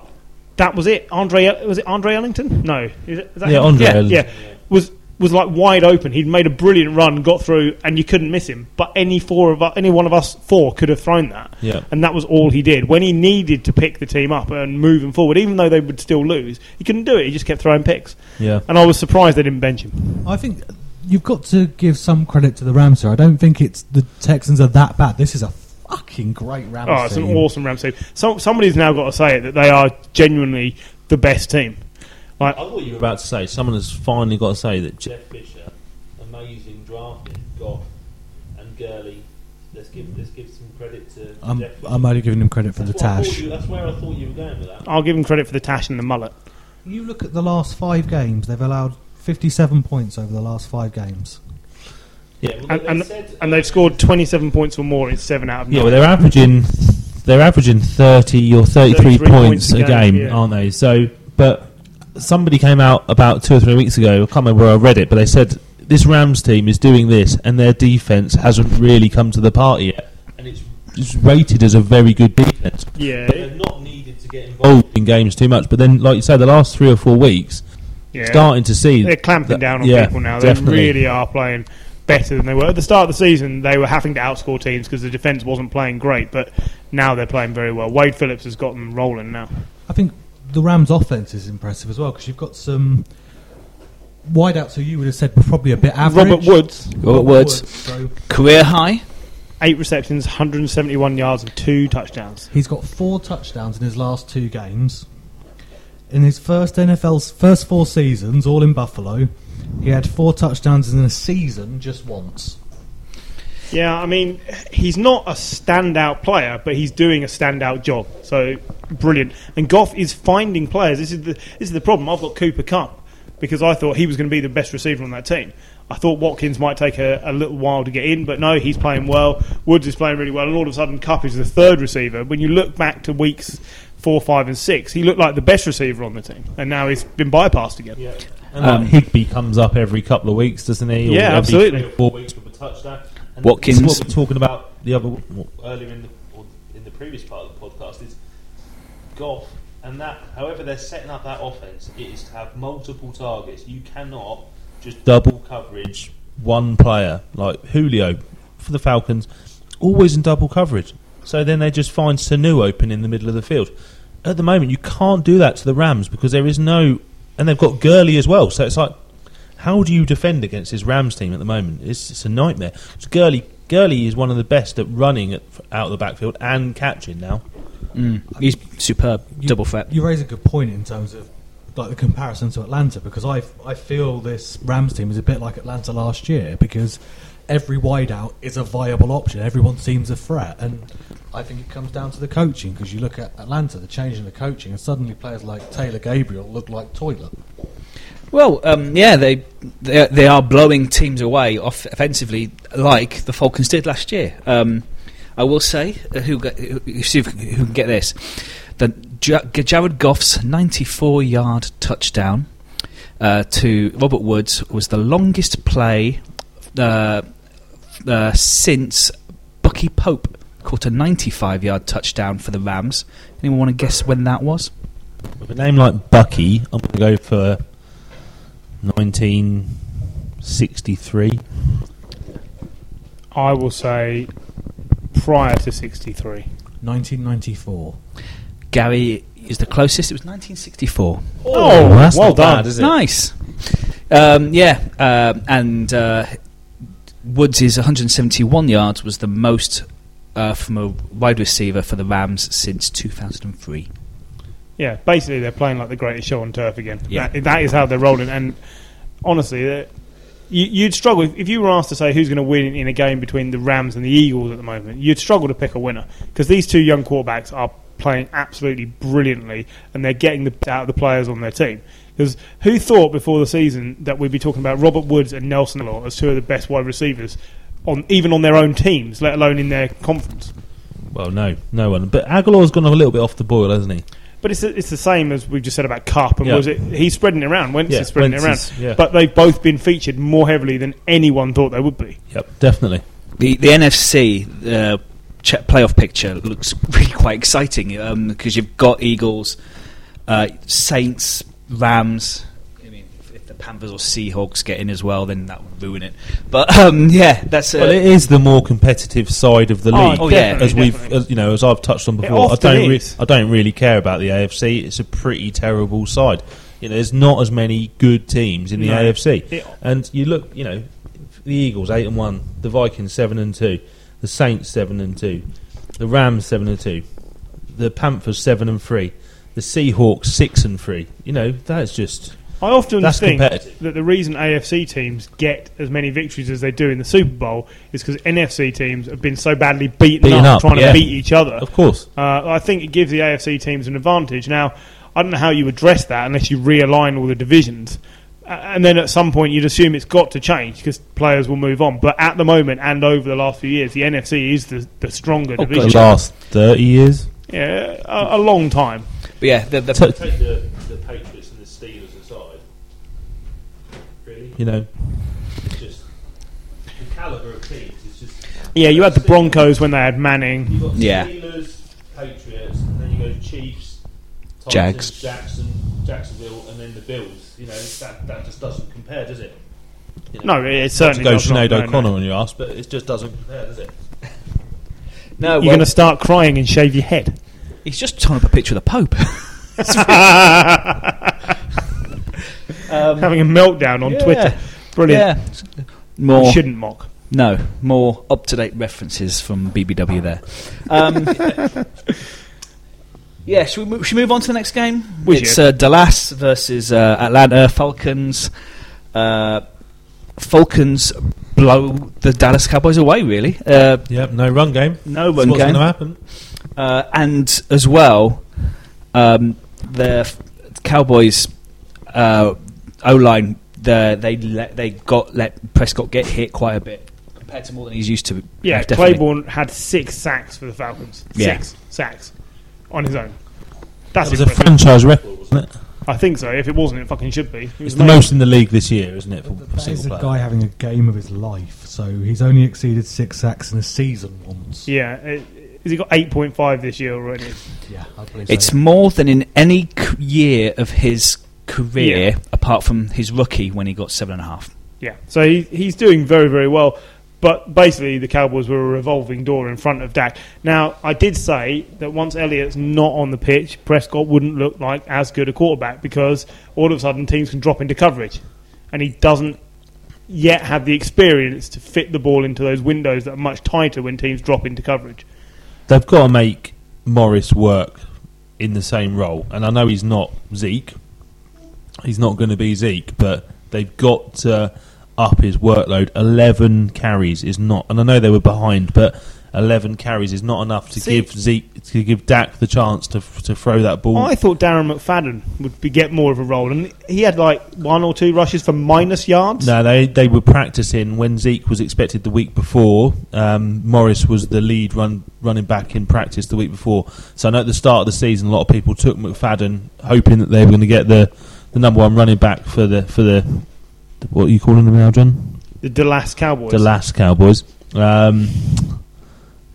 that was it. Andre El- was it Andre Ellington? No, is it, is that
Yeah,
him?
Andre
Yeah,
Ellington.
yeah. was was like wide open. He'd made a brilliant run, got through, and you couldn't miss him. But any four of us, any one of us four could have thrown that.
Yeah.
and that was all he did. When he needed to pick the team up and move them forward, even though they would still lose, he couldn't do it. He just kept throwing picks,
yeah,
and I was surprised they didn't bench him.
I think you've got to give some credit to the Rams here. I don't think it's the Texans are that bad. This is a fucking great Rams
Oh, it's an
team.
awesome Rams team. So somebody's now got to say it that they are genuinely the best team. Like
I thought you were about to say someone has finally got to say that Jeff Fisher, amazing drafting, got and Gurley. Let's give let's give some credit to
I'm, I'm only giving him credit for the Tash.
that's where I thought you were going with that.
I'll give him credit for the tash and the mullet.
You look at the last five games; they've allowed 57 points over the last five games.
Yeah, well,
and,
they
and,
said-
and they've scored 27 points or more in seven out of nine.
yeah, well, they're averaging they're averaging thirty or thirty three
33
points a game,
yeah.
aren't they? So, but somebody came out about two or three weeks ago. I can't remember where I read it, but they said this Rams team is doing this, and their defense hasn't really come to the party yet, and it's, it's rated as a very good defense.
yeah,
But they're not needed to get involved in games too much. But then, like you say, the last three or four weeks,
yeah.
starting to see
They're clamping
that-
down on
yeah,
people now.
definitely.
They really are playing better than they were at the start of the season. They were having to outscore teams because the defense wasn't playing great, but now they're playing very well. Wade Phillips has got them rolling now.
I think the Rams' offense is impressive as well because you've got some wideouts who you would have said were probably a bit average.
Robert Woods,
Robert Woods.
So
Career high.
eight receptions, 171 yards, and two touchdowns.
he's got four touchdowns in his last two games. In his first NFL's first four seasons, all in Buffalo, he had four touchdowns in a season just once.
Yeah, I mean, he's not a standout player, but he's doing a standout job. So brilliant. And Goff is finding players. This is the this is the problem. I've got Cooper Cup because I thought he was going to be the best receiver on that team. I thought Watkins might take a, a little while to get in, but no, he's playing well. Woods is playing really well, and all of a sudden, Cup is the third receiver. When you look back to weeks four, five, and six, he looked like the best receiver on the team, and now he's been bypassed again.
And like
Um,
Higby comes up every couple of weeks, doesn't he?
Yeah,
every
absolutely.
three or Four weeks with a touchdown. And
Watkins.
this is What we're talking about the other earlier in the or in the previous part of the podcast is golf and that. However, they're setting up that offense. It is to have multiple targets. You cannot just double coverage one player like Julio for the Falcons. Always in double coverage. So then they just find Sanu open in the middle of the field. At the moment, you can't do that to the Rams because there is no, and they've got Gurley as well. So it's like how do you defend against this Rams team at the moment? It's, it's a nightmare. It's Gurley, Gurley is one of the best at running at, out of the backfield and catching now.
He's superb. Double threat.
You raise a good point in terms of like the comparison to Atlanta because I I feel this Rams team is a bit like Atlanta last year because every wideout is a viable option. Everyone seems a threat, and I think it comes down to the coaching because you look at Atlanta, the change in the coaching, and suddenly players like Taylor Gabriel look like toilet.
Well, um, yeah, they, they they are blowing teams away off offensively, like the Falcons did last year. Um, I will say, uh, who, got- who, who see if- who can get this? The Ja- Jared Goff's 94-yard touchdown uh, to Robert Woods was the longest play uh, uh, since Bucky Pope caught a 95-yard touchdown for the Rams. Anyone want to guess when that was?
With a name like Bucky, I'm going to go for 1980. 63.
I will say prior to 63.
1994.
Gary is the closest. It was 1964.
Oh,
that's
well
not bad,
done.
is it?
Nice. Um, yeah, um, and uh, Woods' 171 yards was the most uh, from a wide receiver for the Rams since 2003.
Yeah, basically they're playing like the greatest show on turf again.
Yeah.
That, that is how they're rolling. And honestly, they're- you, you'd struggle if, if you were asked to say who's going to win in a game between the Rams and the Eagles at the moment. You'd struggle to pick a winner because these two young quarterbacks are playing absolutely brilliantly, and they're getting the best out of the players on their team. Because who thought before the season that we'd be talking about Robert Woods and Nelson Law as two of the best wide receivers on even on their own teams, let alone in their conference?
Well, no, no one. But Aguilar's gone a little bit off the boil, hasn't he?
But it's it's the same as we've just said about Cup and
Yeah.
was it he's spreading it around. Wentz
Yeah,
is spreading
Wentz
it
is-
around.
yeah.
But they've both been featured more heavily than anyone thought they would be.
Yep, definitely.
The the NFC uh, ch- playoff picture looks really quite exciting because you've got Eagles, uh, Saints, Rams. I mean, if- if the Panthers or Seahawks get in as well, then that would ruin it. But um, yeah, that's uh,
Well, it is the more competitive side of the
Oh,
league,
oh, yeah.
as
definitely,
we've,
definitely.
as, you know, as I've touched on before. I
often
don't, re-
is.
I don't really care about the AFC. It's a pretty terrible side. You know, there's not as many good teams in the
No.
AFC,
It-
and you look, you know, the Eagles eight and one, the Vikings seven and two, the Saints seven and two, the Rams seven and two, the Panthers seven and three, the Seahawks six and three. You know, that's just
I often
That's
think
competitive.
that the reason AFC teams get as many victories as they do in the Super Bowl is because NFC teams have been so badly beaten,
Beaten
up,
up,
trying
yeah.
to beat each other.
of course.
Uh, I think it gives the AFC teams an advantage. Now, I don't know how you address that unless you realign all the divisions. A- And then at some point, you'd assume it's got to change because players will move on. But at the moment and over the last few years, the NFC is the, the stronger
The
division.
last thirty years.
Yeah, a, a long time.
but yeah, the, the,
take the, the Patriots and the Steelers aside, really, you know, it's just the caliber of teams. It's just
Yeah, you had the Broncos when they had Manning.
you've got
Yeah.
Steelers, Patriots, and then you go Chiefs, Titans,
Jags.
Jackson, Jacksonville, and then the Bills. You know, that that just doesn't compare, does it?
No, it- it certainly
Go
does not.
Sinead
No, no.
O'Connor on your ass, but it just doesn't compare, does it?
no,
You're
well,
going to start crying and shave your head.
he's just torn up a picture of the Pope.
Having a meltdown on
Um, Yeah.
Twitter. Brilliant.
yeah, more
You shouldn't mock.
no more up to date references from BBW there. Um, yeah, should we, mo- should we move on to the next game?
We
it's
should.
uh, Dallas versus uh, Atlanta Falcons. Uh, Falcons blow the Dallas Cowboys away, really. Uh,
Yep, no run game.
no
That's
one
what's
game.
going to happen.
Uh, and as well, um, the f- Cowboys uh, O line the, they let, they got let Prescott get hit quite a bit compared to more than he's used to.
Yeah,
definitely.
Claiborne had six sacks for the Falcons.
Yeah.
Six sacks on his own. That's
That was a
impressive.
franchise record, wasn't it?
I think so. If it wasn't, it fucking should be. He was
It's the
amazing.
most in the league this year, isn't it? For, for
That is a
single player.
guy having a game of his life, so he's only exceeded six sacks in a season once.
Yeah. it- Has he got 8.5 this year already?
Yeah, I believe
It's
so.
more than in any c- year of his career,
Yeah.
apart from his rookie when he got seven and a half.
Yeah. So he, he's doing very, very well. But basically, the Cowboys were a revolving door in front of Dak. Now, I did say that once Elliott's not on the pitch, Prescott wouldn't look like as good a quarterback because all of a sudden teams can drop into coverage. And he doesn't yet have the experience to fit the ball into those windows that are much tighter when teams drop into coverage.
They've got to make Morris work in the same role, and I know he's not Zeke. He's not going to be Zeke, but they've got to up his workload. Eleven carries is not, and I know they were behind, but eleven carries is not enough to
See-
give Zeke to give Dak the chance to to throw that ball.
I thought Darren McFadden would be, get more of a role, and he had like one or two rushes for minus yards.
No, they they were practicing when Zeke was expected the week before. Um, Morris was the lead run running back in practice the week before. So I know at the start of the season, a lot of people took McFadden, hoping that they were going to get the, the number one running back for the for the, the- what are you calling them now, John?
The Dallas Cowboys.
The last Cowboys. Um,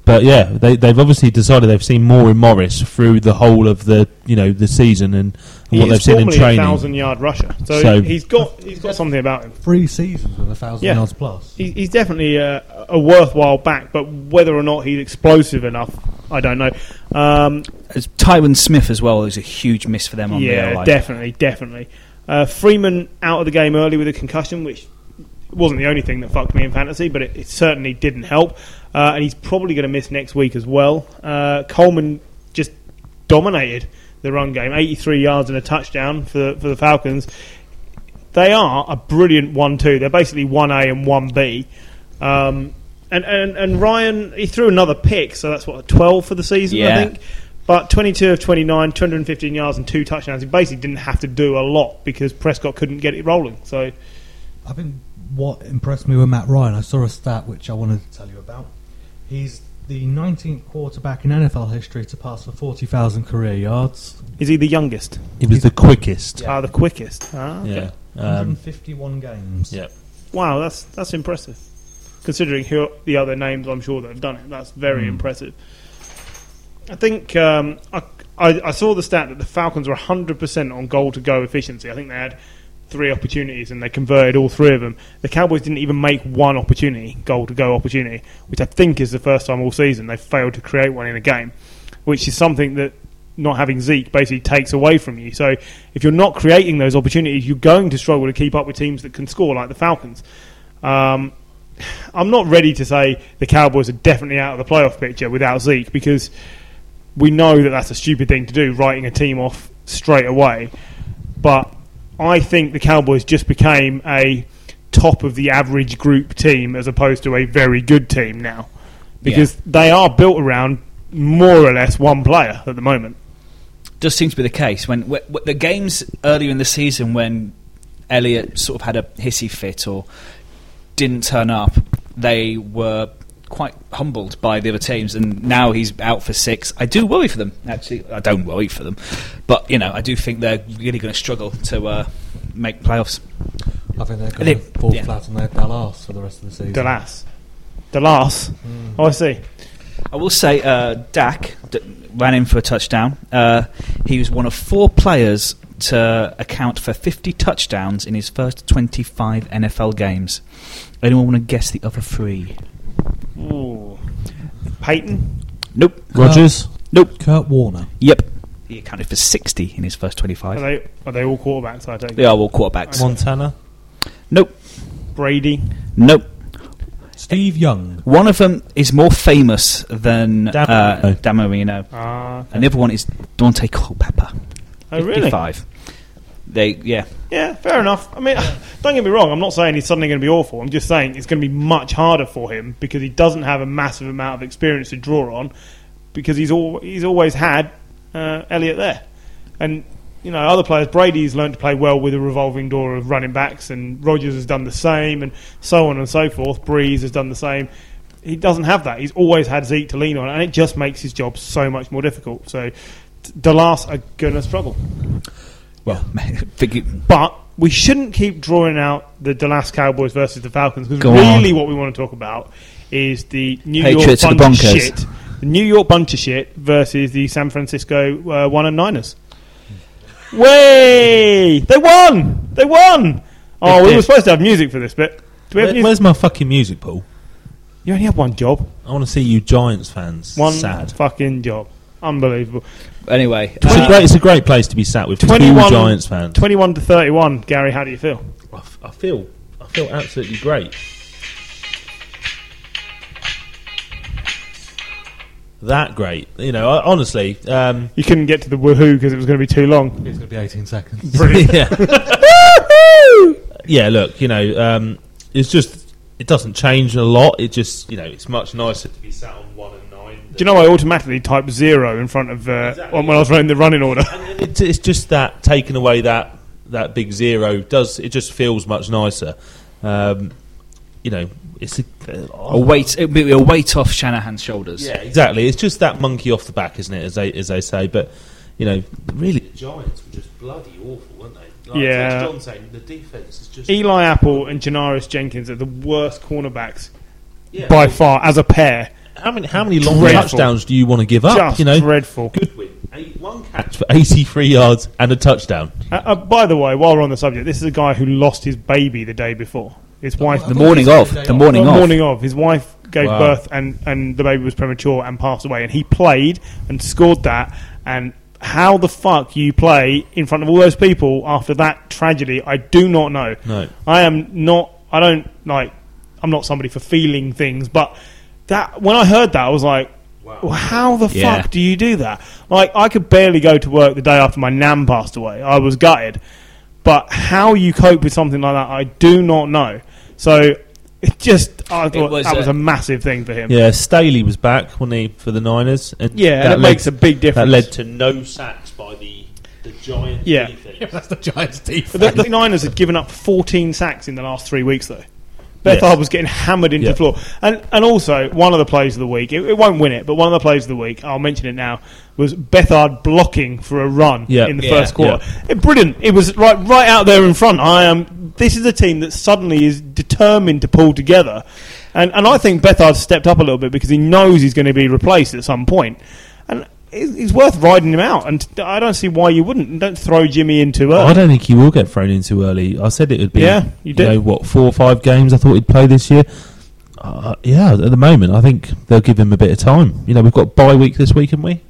But yeah, they, they've obviously decided they've seen more in Morris through the whole of the you know the season and, and
He
what
is
they've seen in
formerly a
training.
thousand yard rusher, so,
So-
he's got he's got something about him.
Three seasons with a thousand
Yeah.
yards plus.
He, he's definitely a, a worthwhile back, but whether or not he's explosive enough, I don't know. Um,
As Tyron Smith as well is a huge miss for
Oh,
them on the
yeah,
line.
definitely, definitely. Uh, Freeman out of the game early with a concussion, which wasn't the only thing that fucked me in fantasy, but it, it certainly didn't help. Uh, and he's probably going to miss next week as well. Uh, Coleman just dominated the run game, 83 yards and a touchdown for for the Falcons. They are a brilliant one-two. They're basically one A and one B. Um, and, and and Ryan he threw another pick, so that's what 12 for the season,
Yeah.
I think. But 22 of 29, 215 yards and two touchdowns. He basically didn't have to do a lot because Prescott couldn't get it rolling. So
I think what impressed me with Matt Ryan, I saw a stat which I wanted to tell you about. He's the 19th quarterback in NFL history to pass for 40,000 career yards.
is he the youngest?
He was the quickest.
Ah, the quickest. Ah, okay. Mm-hmm.
Yeah. Um,
151 games.
yeah.
Wow, that's that's impressive. Considering who the other names, I'm sure that have done it. That's very impressive. I think um, I, I, I saw the stat that the Falcons were 100% on goal to go efficiency. I think they had three opportunities and they converted all three of them. The Cowboys didn't even make one opportunity, goal to go opportunity, which I think is the first time all season they failed to create one in a game, which is something that not having Zeke basically takes away from you. So if you're not creating those opportunities, you're going to struggle to keep up with teams that can score, like the Falcons. Um, I'm not ready to say the Cowboys are definitely out of the playoff picture without Zeke because we know that that's a stupid thing to do, writing a team off straight away. But I think the Cowboys just became a top of the average group team as opposed to a very good team now because they are built around more or less one player at the moment.
does seem to be the case when, when the games earlier in the season when Elliot sort of had a hissy fit or didn't turn up, they were quite humbled by the other teams, and now he's out for six. I do worry for them. Actually, I don't worry for them, but you know, I do think they're really going to struggle to uh, make playoffs.
I think they're going to
They-
fall
yeah.
flat on their Dallas for the rest of the season. Hmm.
Delas. Delas? Oh, I see.
I will say, uh, Dak d- ran in for a touchdown. Uh, he was one of four players to account for 50 touchdowns in his first 25 NFL games. Anyone want to guess the other three?
Ooh. Peyton?
Nope.
Rogers.
Nope.
Kurt Warner.
Yep. He accounted for 60 in his first
Are
25.
they, are they all quarterbacks, I take it?
They are all quarterbacks.
Montana.
Nope.
Brady?
Nope.
Steve Young.
One of them is more famous than
Dan-
uh,
No.
Dan Marino,
Ah.
and the other one is Dante Culpepper.
oh, really?
55. They, yeah.
Yeah, fair enough. I mean, don't get me wrong. I'm not saying he's suddenly going to be awful. I'm just saying it's going to be much harder for him because he doesn't have a massive amount of experience to draw on because he's all he's always had uh, Elliot there, and you know other players. Brady's learned to play well with a revolving door of running backs, and Rogers has done the same, and so on and so forth. Breeze has done the same. He doesn't have that. He's always had Zeke to lean on, and it just makes his job so much more difficult. So, Delas are going to struggle.
Well, figure,
But we shouldn't keep drawing out the Dallas Cowboys versus the Falcons because
Go
really what we want to talk about is the New
Patriots
York
and
bunch
the
of
Broncos.
shit. The New York bunch of shit versus the San Francisco uh, one and Niners. Way they won! They won! Oh,
They
we
did.
were supposed to have music for this bit. Do we have
Where,
music?
where's my fucking music, Paul?
You only have one job.
I want to see you Giants fans.
One
Sad.
fucking job. Unbelievable.
anyway.
It's,
uh,
a great, it's a great place to be sat with
21
two Giants fans.
Twenty-one to thirty-one. Gary, how do you feel?
I, f- I feel, I feel absolutely great. That great, you know. I, honestly, um,
You couldn't get to the woohoo because it was going to be too long.
It's going to be 18 seconds.
yeah. yeah, look, you know, um, it's just it doesn't change a lot. It just you know, it's much nicer to be sat on one and nine.
Do you know I automatically typed zero in front of uh,
Exactly.
when I was running the running order?
And it's, it's just that taking away that that big zero does it just feels much nicer. Um, you know, it's a, uh,
a weight it'd be a weight off Shanahan's shoulders.
Yeah, exactly. It's just that monkey off the back, isn't it? As they as they say, but you know, really, the Giants were just bloody awful, weren't they?
Like Yeah. E John
saying the defense is just
Eli Apple and Janaris Jenkins are the worst cornerbacks by far as a pair
how many how many long
Dreadful.
touchdowns do you want to give up?
Just
you know,
dreadful.
Goodwin, eight, one catch for eighty-three yards and a touchdown.
Uh, uh, by the way, while we're on the subject, this is a guy who lost his baby the day before. His wife,
The morning of. The morning
Well,
of.
morning of. His wife gave
Wow.
birth and, and the baby was premature and passed away. And he played and scored that. And how the fuck you play in front of all those people after that tragedy, I do not know.
No.
I am not, I don't like, I'm not somebody for feeling things, but that, when I heard that, I was like, well, how the
Yeah.
fuck do you do that? Like, I could barely go to work the day after my nan passed away. I was gutted. But how you cope with something like that, I do not know. So, it just, I thought
was
that
a-
was a massive thing for him.
Yeah, Staley was back when he for the Niners, and
Yeah,
that
and it
led-
makes a big
that
difference.
led to no sacks by the the Giants.
Yeah.
defense.
That's the Giants'
But
defense.
the, the Niners had given up 14 sacks in the last three weeks, though. Bethard was getting hammered into
Yeah.
the floor. And, and also, one of the plays of the week, it, it won't win it, but one of the plays of the week, I'll mention it now, was Bethard blocking for a run
Yeah.
in the
Yeah.
first quarter. It, brilliant. It was right, right out there in front. I am. This is a team that suddenly is determined to pull together. And, and I think Bethard stepped up a little bit because he knows he's going to be replaced at some point. And it's it's worth riding him out. And I don't see why you wouldn't. Don't throw Jimmy in too early.
I don't think he will get thrown in too early. I said it would be,
Yeah, you did.
know, what four or five games I thought he'd play this year. Uh, yeah, at the moment I think they'll give him a bit of time. You know, we've got bye week this week, haven't we?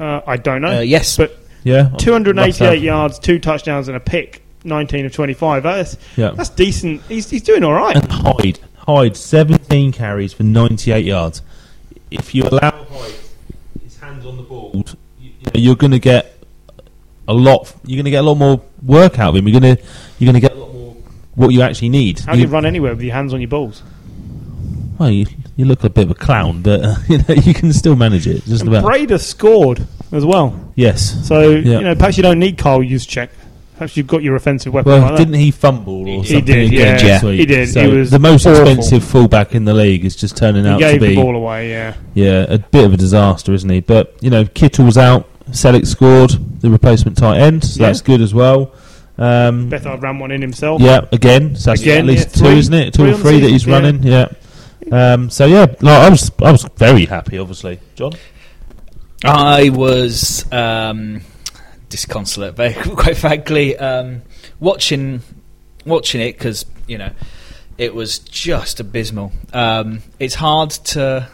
Uh, I don't know.
Uh, yes.
But
Yeah,
288
Must have.
yards, two touchdowns, and a pick. 19 of 25. That's
Oh.
Yeah.
that's decent. He's, he's doing all right.
and Hyde. Hyde, 17 carries for 98 yards. If you allow Hyde his hands on the ball, you, you are going to get a lot. You're going to get a lot more work out of him. You're going to you're going to get a lot more what you actually need.
How do you run anywhere with your hands on your balls?
Well, you, you look a bit of a clown, but uh, you, know, you can still manage it. Just
And
about.
Breda scored as well.
yes.
So
Yeah.
you know, perhaps you don't need Carl Juszczyk. Perhaps you've got your offensive weapon.
Well,
like that.
didn't he fumble or
He
something?
did, yeah.
again this week?
He did.
So
He was
the most
awful.
expensive fullback in the league is just turning
He
out to
gave
be
the ball away. Yeah,
Yeah, a bit of a disaster, isn't he? But you know, Kittle's out. Selick scored the replacement tight end, so
Yeah.
that's good as well. Um,
Bethard ran one in himself.
yeah, again, so that's
Again,
at least
yeah,
two,
three-
isn't it? Two
three
or
on the
three that he's
season,
running. Yeah. Um, so yeah, no, I was I was very happy, obviously, John.
I was um, disconsolate, very quite frankly, um, watching watching it because you know it was just abysmal. Um, it's hard to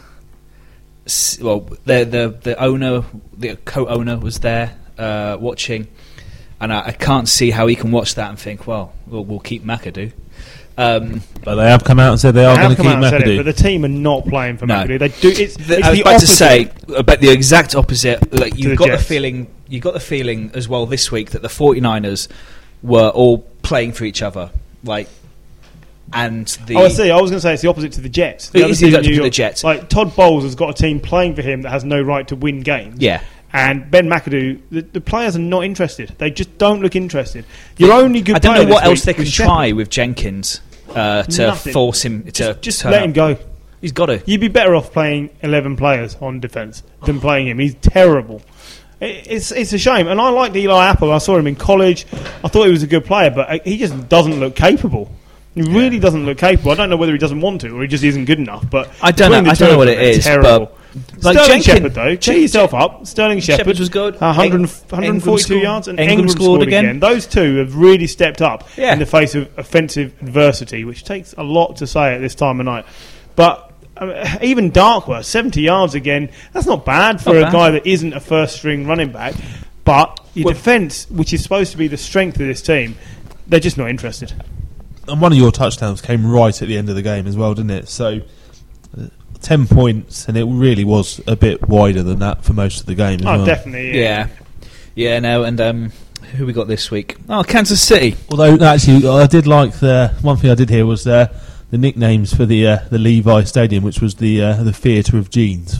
s- well, the the the owner, the co-owner was there uh, watching, and I, I can't see how he can watch that and think, well, we'll, we'll keep McAdoo. Um,
But they have come out and said they
They
are
have
going to
come
keep
out and said it, but
McAdoo.
the team are not playing for
No.
McAdoo. They do. It's,
The,
it's
I was
the
about
opposite.
to say about the exact opposite. Like you
the
got the
Jets.
feeling, you got the feeling as well this week that the 49ers were all playing for each other, like, and the
Oh, I see. I was going to say it's the opposite to the Jets. The
It
other
is the
team in
exact
New
opposite
York-
to the Jets.
Like Todd Bowles has got a team playing for him that has no right to win games.
yeah,
And Ben McAdoo, the, the players are not interested. They just don't look interested. Your only good.
I don't
player
know what
this
else
week
they can
was
try with Jenkins uh, to
Nothing.
force him to
Shepard. Just
turn
let
up.
him go.
He's got to.
You'd be better off playing eleven players on defense than playing him. He's terrible. It- It's it's a shame. And I liked Eli Apple. I saw him in college. I thought he was a good player, but uh, he just doesn't look capable. He really doesn't look capable. I don't know whether he doesn't want to or he just isn't good enough. But
I don't
between
know.
the
I
two
don't know
of
what
them,
it
they're
is,
terrible.
but like
Sterling
Jenkin-
Shepherd though, cheer yourself up. Sterling Shepherd
Shepard was good.
100,
Eng-
142
Ingram
yards, and
scored-
Ingram, scored, again. Those two have really stepped up
Yeah.
in the face of offensive adversity, which takes a lot to say at this time of night. But uh, even Darkworth, 70 yards again, that's not bad for
Not
a
bad.
guy that isn't a first string running back. But your
Well-
defence, which is supposed to be the strength of this team, they're just not interested.
and one of your touchdowns came right at the end of the game as well, didn't it? So, uh, ten points, and it really was a bit wider than that for most of the game. As
Oh,
well.
definitely.
yeah, yeah. No, and um, who we got this week? Oh, Kansas City.
Although actually, I did like the one thing I did hear was uh, the nicknames for the uh, the Levi Stadium, which was the uh, the theatre of jeans.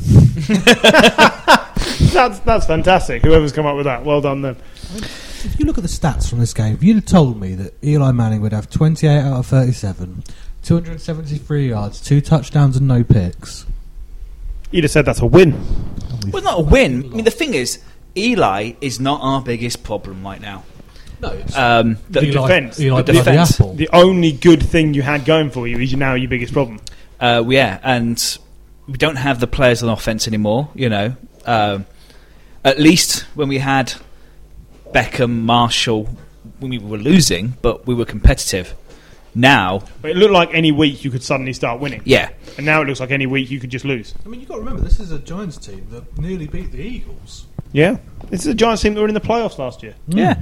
That's, that's fantastic. Whoever's come up with that, well done them.
If you look at the stats from this game, if you'd have told me that Eli Manning would have 28 out of 37, 273 yards, two touchdowns, and no picks,
You'd have said that's a win.
Well, not a win. I mean, the thing is, Eli is not our biggest problem right now.
no, it's
Um, the,
Eli,
defence.
Eli
The
bloody
defence.
Apple.
The only good thing you had going for you is now your biggest problem.
uh, yeah, and we don't have the players on offense anymore. You know, um, at least when we had Beckham, Marshall, when we were losing, but we were competitive. Now,
But it looked like any week you could suddenly start winning.
yeah,
And now it looks like any week you could just lose.
I mean, you've got to remember, this is a Giants team that nearly beat the Eagles.
Yeah. This is a Giants team that were in the playoffs last year.
yeah.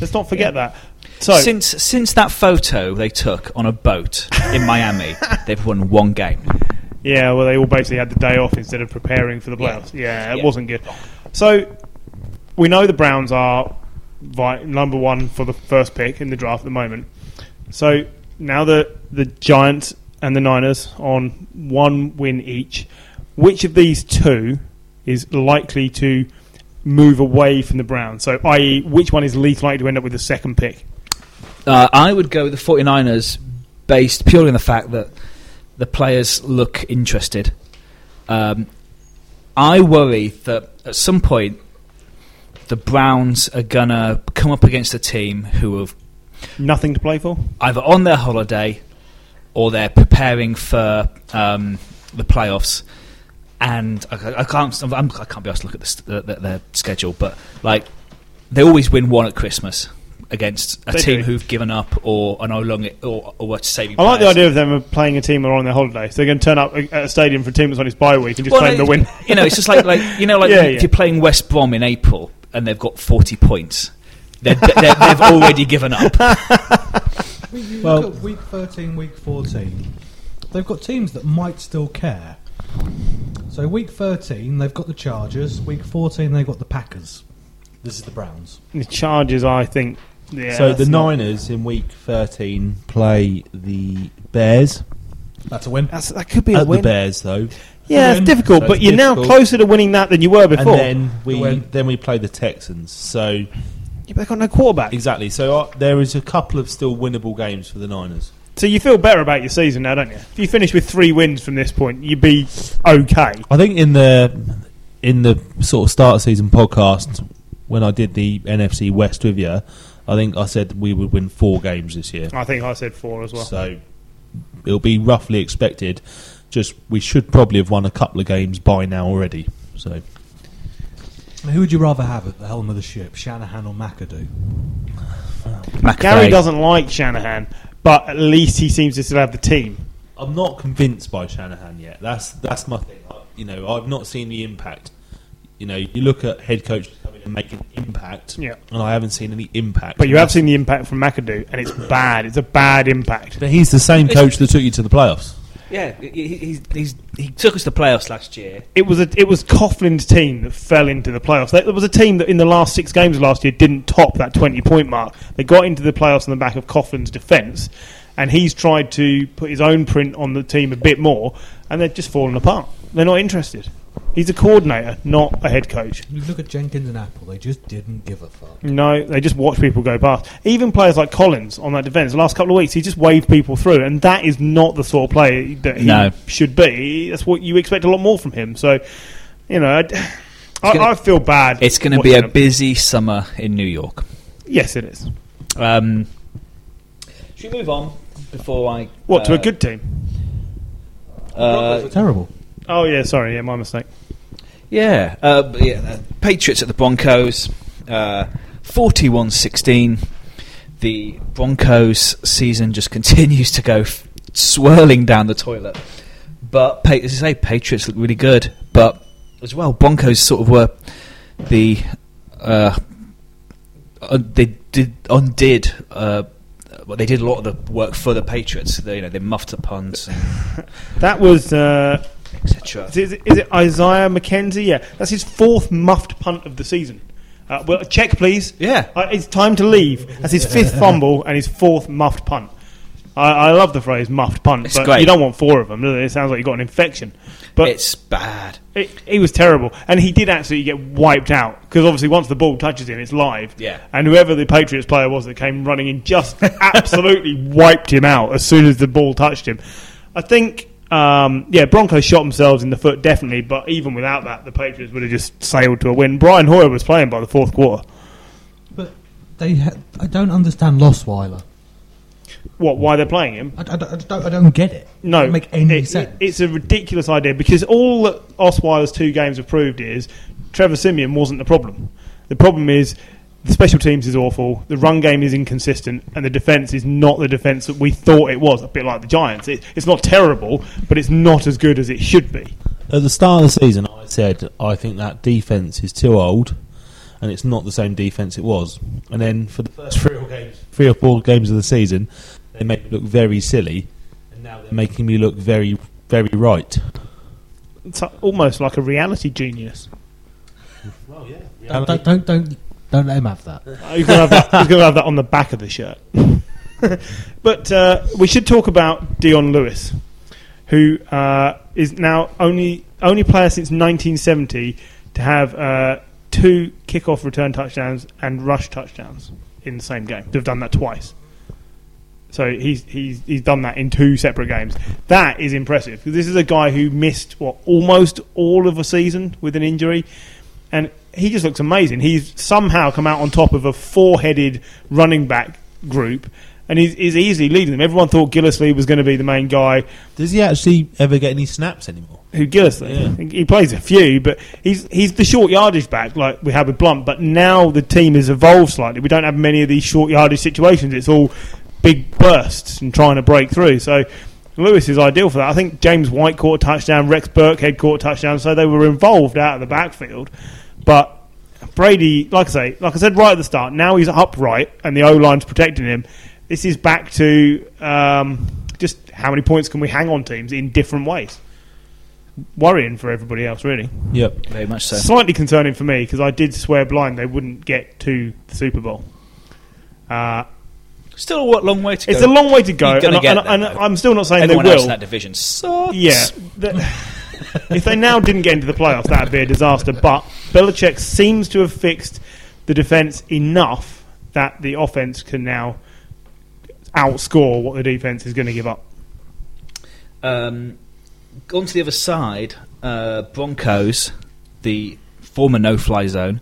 Let's not forget that. So,
since since that photo they took on a boat in Miami, they've won one game.
yeah, well, they all basically had the day off instead of preparing for the playoffs. Yeah, it
Yeah.
wasn't good. So, we know the Browns are vi- number one for the first pick in the draft at the moment. So, now that the Giants and the Niners on one win each, which of these two is likely to move away from the Browns? So, i.e., which one is least likely to end up with the second pick?
Uh, I would go with the 49ers based purely on the fact that the players look interested. Um, I worry that at some point the Browns are going to come up against a team who have
Nothing to play for?
either on their holiday or they're preparing for um, the playoffs. And I, I can't, I'm, I can't be asked to look at the, st- the, their schedule, but like they always win one at Christmas against a
They
team
do.
who've given up or are no longer or, or were saving.
I like the
players.
idea of them playing a team when they're on their holiday. So they're going to turn up at a stadium for a team that's on its bye week and just
Well,
claim
it-
the win.
You know, it's just like like you know, like
Yeah,
if
yeah.
you're playing West Brom in April and they've got 40 points. They're, they're, they've already given up.
I mean, you
Well-
look at week 13, week 14, they've got teams that might still care. So, week 13, they've got the Chargers. Week 14, they've got the Packers. This is the Browns.
The charges, I think. Yeah,
so
that's
the
not-
Niners in week 13 play the Bears.
That's a win.
That's, that could be a
At the
win.
Bears, though.
Yeah,
Win.
it's difficult,
So
but
it's
you're now
difficult.
closer to winning that than you were before.
And then we
win.
then we play the Texans. So
Yeah, but they've got no quarterback.
exactly. So uh, there is a couple of still winnable games for the Niners.
So you feel better about your season now, don't you? If you finish with three wins from this point, you'd be okay.
I think in the in the sort of start of season podcast when I did the NFC West with you, I think I said we would win four games this year.
I think I said four as well.
So it'll be roughly expected. Just we should probably have won a couple of games by now already. So
Who would you rather have at the helm of the ship, Shanahan or McAdoo?
McAfee.
Gary doesn't like Shanahan, but at least he seems to still have the team.
I'm not convinced by Shanahan yet. That's that's my thing. I, you know, I've not seen the impact. You know, you look at head coaches coming and making impact,
Yeah.
and I haven't seen any impact.
But you have seen the impact from McAdoo, and it's bad. It's a bad impact.
But he's the same coach that took you to the playoffs.
Yeah, he, he- he's, he's, he took us to playoffs last year.
It was a, it was Coughlin's team that fell into the playoffs. There was a team that in the last six games last year didn't top that twenty point mark. They got into the playoffs on the back of Coughlin's defence, and he's tried to put his own print on the team a bit more, and they're just falling apart. They're not interested. He's a coordinator, not a head coach.
You look at Jenkins and Apple, they just didn't give a fuck.
No, they just watch people go past. Even players like Collins on that defence, the last couple of weeks, he just waved people through, and that is not the sort of play that he
No.
should be. That's what you expect a lot more from him. So, you know, I'd- I,
gonna-
I feel bad.
It's going to
watching
be a
him.
busy summer in New York.
Yes, it is.
Um, Should we move on before I.
What, to
uh,
a good team?
Uh,
terrible.
Oh, yeah, sorry, yeah, my mistake.
yeah. Uh, but yeah uh, Patriots at the Broncos, 41 16. The Broncos season just continues to go f- swirling down the toilet. But, pa- as I say, Patriots look really good. But, as well, Broncos sort of were the. Uh, uh, they did undid. Uh, well, they did a lot of the work for the Patriots. They, you know, they muffed the puns,
That was, uh,
etc.
is, it, is it Isaiah McKenzie? Yeah, that's his fourth muffed punt of the season. Uh, well, check, please.
Yeah,
Uh, it's time to leave. That's his fifth fumble and his fourth muffed punt. I, I love the phrase muffed punt,
It's
but
great.
you don't want four of them. Does it? it sounds like you got an infection. But
it's bad.
it, it was terrible, and he did actually get wiped out because obviously once the ball touches him, it's live.
Yeah.
And whoever the Patriots player was that came running in just absolutely wiped him out as soon as the ball touched him. I think. Um, yeah, Broncos shot themselves in the foot definitely, but even without that, the Patriots would have just sailed to a win. Brian Hoyer was playing by the fourth quarter.
But they ha- I don't understand Lossweiler.
What? Why they're playing him?
I, I don't- I don't, I don't get it.
No,
Doesn't make any
it- it-
sense.
it's a ridiculous idea because all that Osweiler's two games have proved is Trevor Simeon wasn't the problem. The problem is the special teams is awful, the run game is inconsistent, and the defense is not the defense that we thought it was. A bit like the Giants, it, it's not terrible, but it's not as good as it should be.
At the start of the season, I said I think that defense is too old, and it's not the same defense it was. And then for the first three or, games, three or four games of the season, they made me look very silly, and now they're making me look very, very right.
It's a- almost like a reality genius.
Don't, don't, don't, don't, don't let him have that.
Uh, He's going to have that. He's going to have that on the back of the shirt. but uh, we should talk about Dion Lewis, who uh, is now only only player since 1970 to have uh, two kickoff return touchdowns and rush touchdowns in the same game. They've done that twice. So he's he's he's done that in two separate games. That is impressive. 'cause This is a guy who missed what almost all of a season with an injury, and he just looks amazing. He's somehow come out on top of a four-headed running back group, and he's, he's easily leading them. Everyone thought Gillisley was going to be the main guy.
Does he actually ever get any snaps anymore?
Who Gillisley? He plays a few, but he's he's the short yardage back like we had with Blunt. But now the team has evolved slightly. We don't have many of these short yardage situations. It's all big bursts and trying to break through. So Lewis is ideal for that. I think James White caught a touchdown, Rex Burkhead caught a touchdown, so they were involved out of the backfield. But Brady, like I say, like I said right at the start, now he's upright and the O line's protecting him. This is back to um, just how many points can we hang on teams in different ways. Worrying for everybody else, really.
Yep.
Very much so.
Slightly concerning for me because I did swear blind they wouldn't get to the Super Bowl. Uh,
Still a wa- long way to
it's
go.
a long way to go,
You're gonna
and, I-
get
and I-
there,
and
though.
I'm still not saying
Everyone
they will.
else in that division sucks.
Yeah. The- if they now didn't get into the playoffs, that would be a disaster. But Belichick seems to have fixed the defense enough that the offense can now outscore what the defense is going to give up.
Um, on to the other side, uh, Broncos, the former no-fly zone,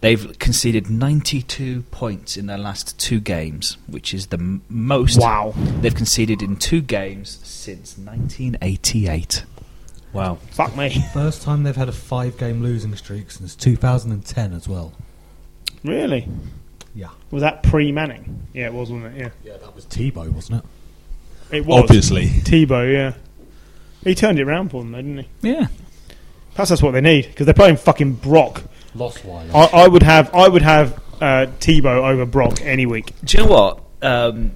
they've conceded 92 points in their last two games, which is the m- most
Wow.
they've conceded in two games since 1988.
Wow.
Fuck me.
First time they've had a five game losing streak since 2010 as well.
Really?
Yeah.
Was that pre Manning? Yeah, it was, wasn't it?
Yeah, that was Tebow, wasn't it?
Yeah. It was.
Obviously.
Tebow, yeah. He turned it round for them, though, didn't he?
Yeah.
Perhaps that's what they need because they're playing fucking Brock.
Lost Weiler.
I, I would have, I would have uh, Tebow over Brock any week.
Do you know what? Um,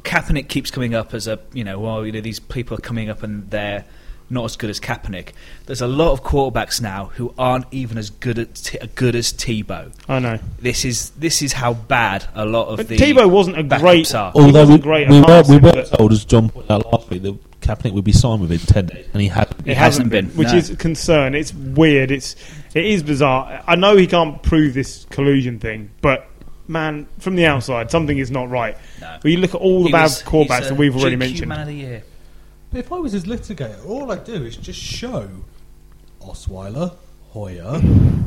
Kaepernick keeps coming up as a you know, well, you know, these people are coming up and they're not as good as Kaepernick. There's a lot of quarterbacks now who aren't even as good at t- good as Tebow.
I know.
This is this is how bad a lot of
But
the
Tebow wasn't a
backups
great-
are.
He
Although
wasn't
we,
great at
we were, we
passing,
were
but-
told, as John pointed out last week, that Kaepernick would be signed within 10 days, and he had.
It hasn't been,
which
no.
is a concern. It's weird. It's it is bizarre. I know he can't prove this collusion thing, but man, from the outside, something is not right.
No.
When you look at all the
He
bad
was-
quarterbacks
he's a
that we've already
GQ
mentioned,
Man of the year.
But if I was his litigator, all I'd do is just show Osweiler, Hoyer,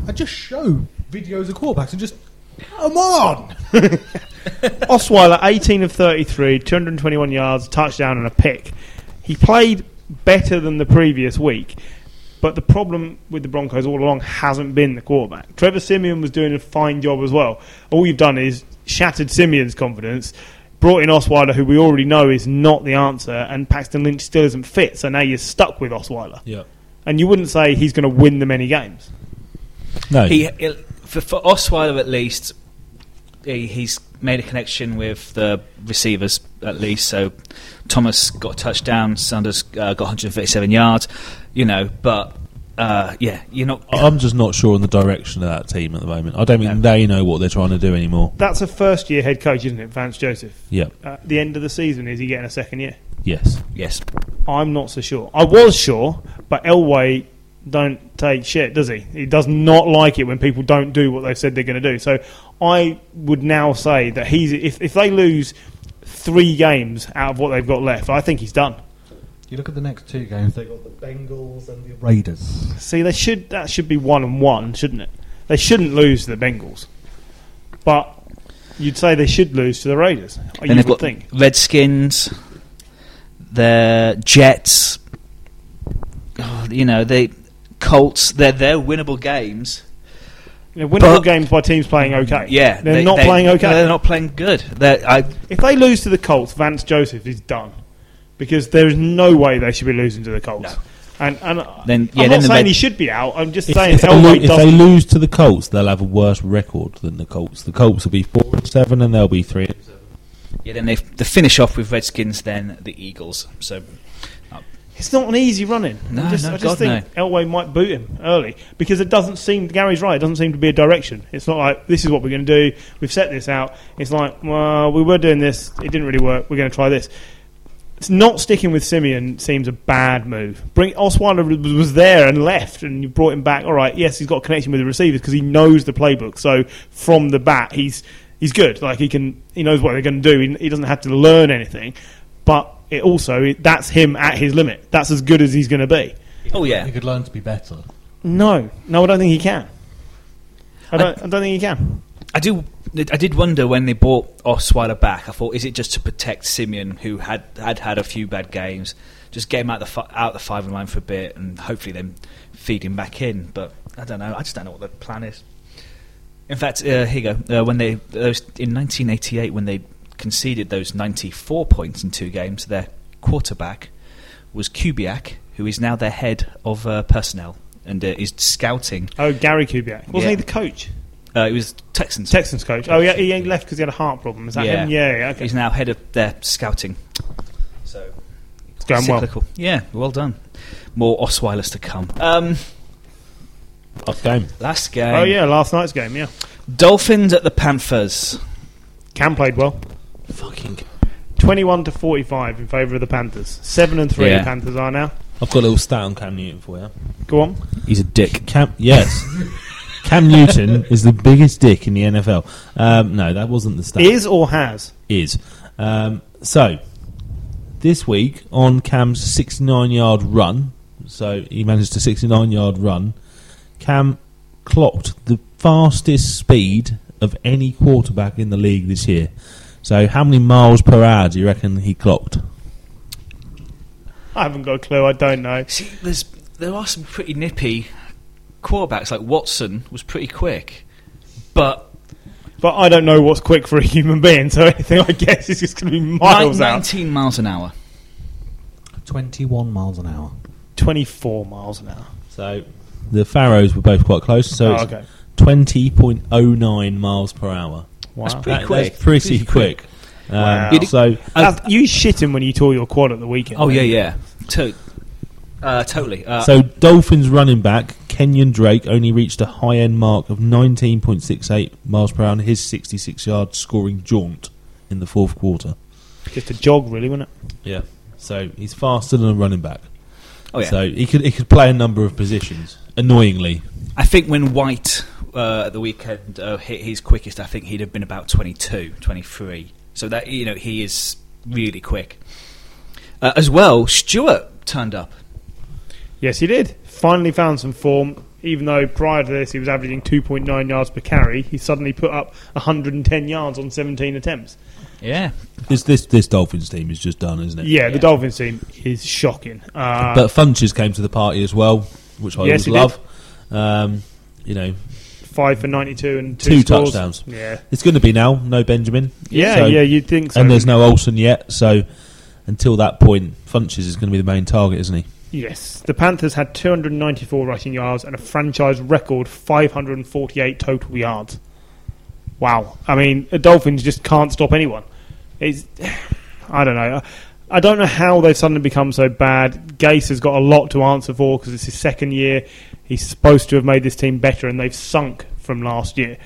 I'd just show videos of quarterbacks and just come on.
Osweiler, eighteen of thirty-three, two hundred and twenty-one yards, touchdown, and a pick. He played better than the previous week. But the problem with the Broncos all along hasn't been the quarterback. Trevor Simeon was doing a fine job as well. All you've done is shattered Simeon's confidence, brought in Osweiler, who we already know is not the answer, and Paxton Lynch still isn't fit, so now you're stuck with Osweiler.
Yeah.
And you wouldn't say he's going to win them any games.
No.
He, he- for, for Osweiler at least, he, he's made a connection with the receivers at least. So Thomas got a touchdown, Sanders uh, got 137 yards, you know. But uh, yeah, you're not.
Oh,
I'm just not sure on the direction of that team at the moment. I don't think they know what they're trying to do anymore.
That's a first year head coach, isn't it, Vance Joseph?
Yeah.
At the end of the season, is he getting a second year?
Yes.
Yes,
I'm not so sure. I was sure, but Elway don't take shit, does he? He does not like it when people don't do what they've said they're going to do. So I would now say that he's if if they lose three games out of what they've got left, I think he's done.
You look at the next two games, they've got the Bengals and the Raiders.
See, they should that should be one and one, shouldn't it? They shouldn't lose to the Bengals, but You'd say they should lose to the Raiders. you
Then they've
would
got
think.
Redskins, the Jets. Oh, you know they Colts. They're they're winnable games.
They're winnable
But-
games by teams playing okay.
Yeah,
They're not playing okay.
They're not playing good. They're, I
If they lose to the Colts, Vance Joseph is done because there is no way they should be losing to the Colts. And,
Then-
and I'm
yeah,
not
then the
saying
Red-
he should be out. I'm just
If,
saying
if they, lo-
Elway
if they
doesn't.
lose to the Colts, they'll have a worse record than the Colts. The Colts will be four and seven, and they'll be three. and seven.
yeah. Then they they finish off with Redskins, then the Eagles. So
it's not an easy running.
No,
I just,
no,
I just
God,
think Elway might boot him early because it doesn't seem. Gary's right. It doesn't seem to be a direction. It's not like this is what we're going to do. We've set this out. It's like well, we were doing this. It didn't really work. We're going to try this. It's not sticking with Simeon seems a bad move. Bring Osweiler was there and left, and you brought him back. All right, yes, he's got a connection with the receivers because he knows the playbook. So from the bat, he's he's good. Like he can, he knows what they're going to do. He, he doesn't have to learn anything. But it also it- that's him at his limit. That's as good as he's going to be.
oh yeah,
You could learn to be better.
No, no, I don't think he can. I don't. I, don't think he can.
I do. I did wonder when they bought Osweiler back. I thought, is it just to protect Simeon, who had had had a few bad games, just get him out the fi- out the five and line for a bit, and hopefully then feed him back in. But I don't know. I just don't know what the plan is. In fact, uh, here you go. Uh, when they those in 1988, when they conceded those 94 points in two games, their quarterback was Kubiak, who is now their head of uh, personnel and uh, is scouting.
Oh, Gary Kubiak wasn't
Yeah.
he the coach,
Uh, it was Texans.
Texans coach? Oh, yeah, he left because he had a heart problem. Is that
Yeah.
him? Yeah, yeah. Okay,
He's now head of their scouting. So
it's going well.
cyclical. Yeah, well done. More Osweilers to come. Um,
Last game.
last game.
Oh yeah, last night's game. Yeah,
Dolphins at the Panthers.
Cam played well.
Fucking.
Twenty-one to forty-five in favour of the Panthers. Seven and three.
Yeah.
The Panthers are now.
I've got a little stat on Cam Newton for you.
Go on.
He's a dick.
Cam, yes. Cam Newton is the biggest dick in the NFL. Um, no, that wasn't the stat.
Is or has?
is. Um, so, this week on Cam's 69 yard run, so he managed a 69 yard run, Cam clocked the fastest speed of any quarterback in the league this year. So, how many miles per hour do you reckon he clocked?
I haven't got a clue. I don't know.
See, there's there are some pretty nippy quarterbacks. Like Watson was pretty quick, but
But I don't know what's quick for a human being. So anything I guess is just going to be miles
nine-
out.
19 miles an hour.
21 miles an hour.
Twenty-four miles an hour.
So, the Pharaohs were both quite close, so
Oh,
it's
okay.
20.09 miles per hour.
Wow.
That's pretty
That-
quick.
That's pretty
Pretty
quick. Um,
Wow.
So,
Uh,
That's- you shit him when you tore your quad at the weekend.
oh yeah, yeah. To- uh, totally. Uh,
So Dolphins running back Kenyon Drake only reached a high end mark of 19.68 miles per hour on his 66 yard scoring jaunt in the fourth quarter.
Just a jog, really, wasn't it?
Yeah. So he's faster than a running back.
oh yeah.
So he could he could play a number of positions. Annoyingly,
I think when White uh, at the weekend uh, hit his quickest, I think he'd have been about 22, 23. So that you know he is really quick. Uh, as well, Stewart turned up.
Yes, he did. Finally found some form. Even though prior to this he was averaging 2.9 yards per carry, he suddenly put up 110 yards on 17 attempts.
Yeah,
this this this Dolphins team is just done, isn't it?
Yeah, the
Yeah.
Dolphins team is shocking. Uh,
But Funches came to the party as well, which I
Yes,
always
he
love. Um, you know,
five for 92 and two,
Two
scores.
touchdowns.
Yeah,
it's going to be now. No Benjamin.
yeah,
So-
yeah. You'd think so.
and there's no Olsen yet. So until that point, Funches is going to be the main target, isn't he?
Yes, the Panthers had 294 rushing yards and a franchise record 548 total yards. Wow. I mean, the Dolphins just can't stop anyone. It's, I don't know. I don't know how they've suddenly become so bad. Gase has got a lot to answer for because it's his second year. He's supposed to have made this team better, and they've sunk from last year.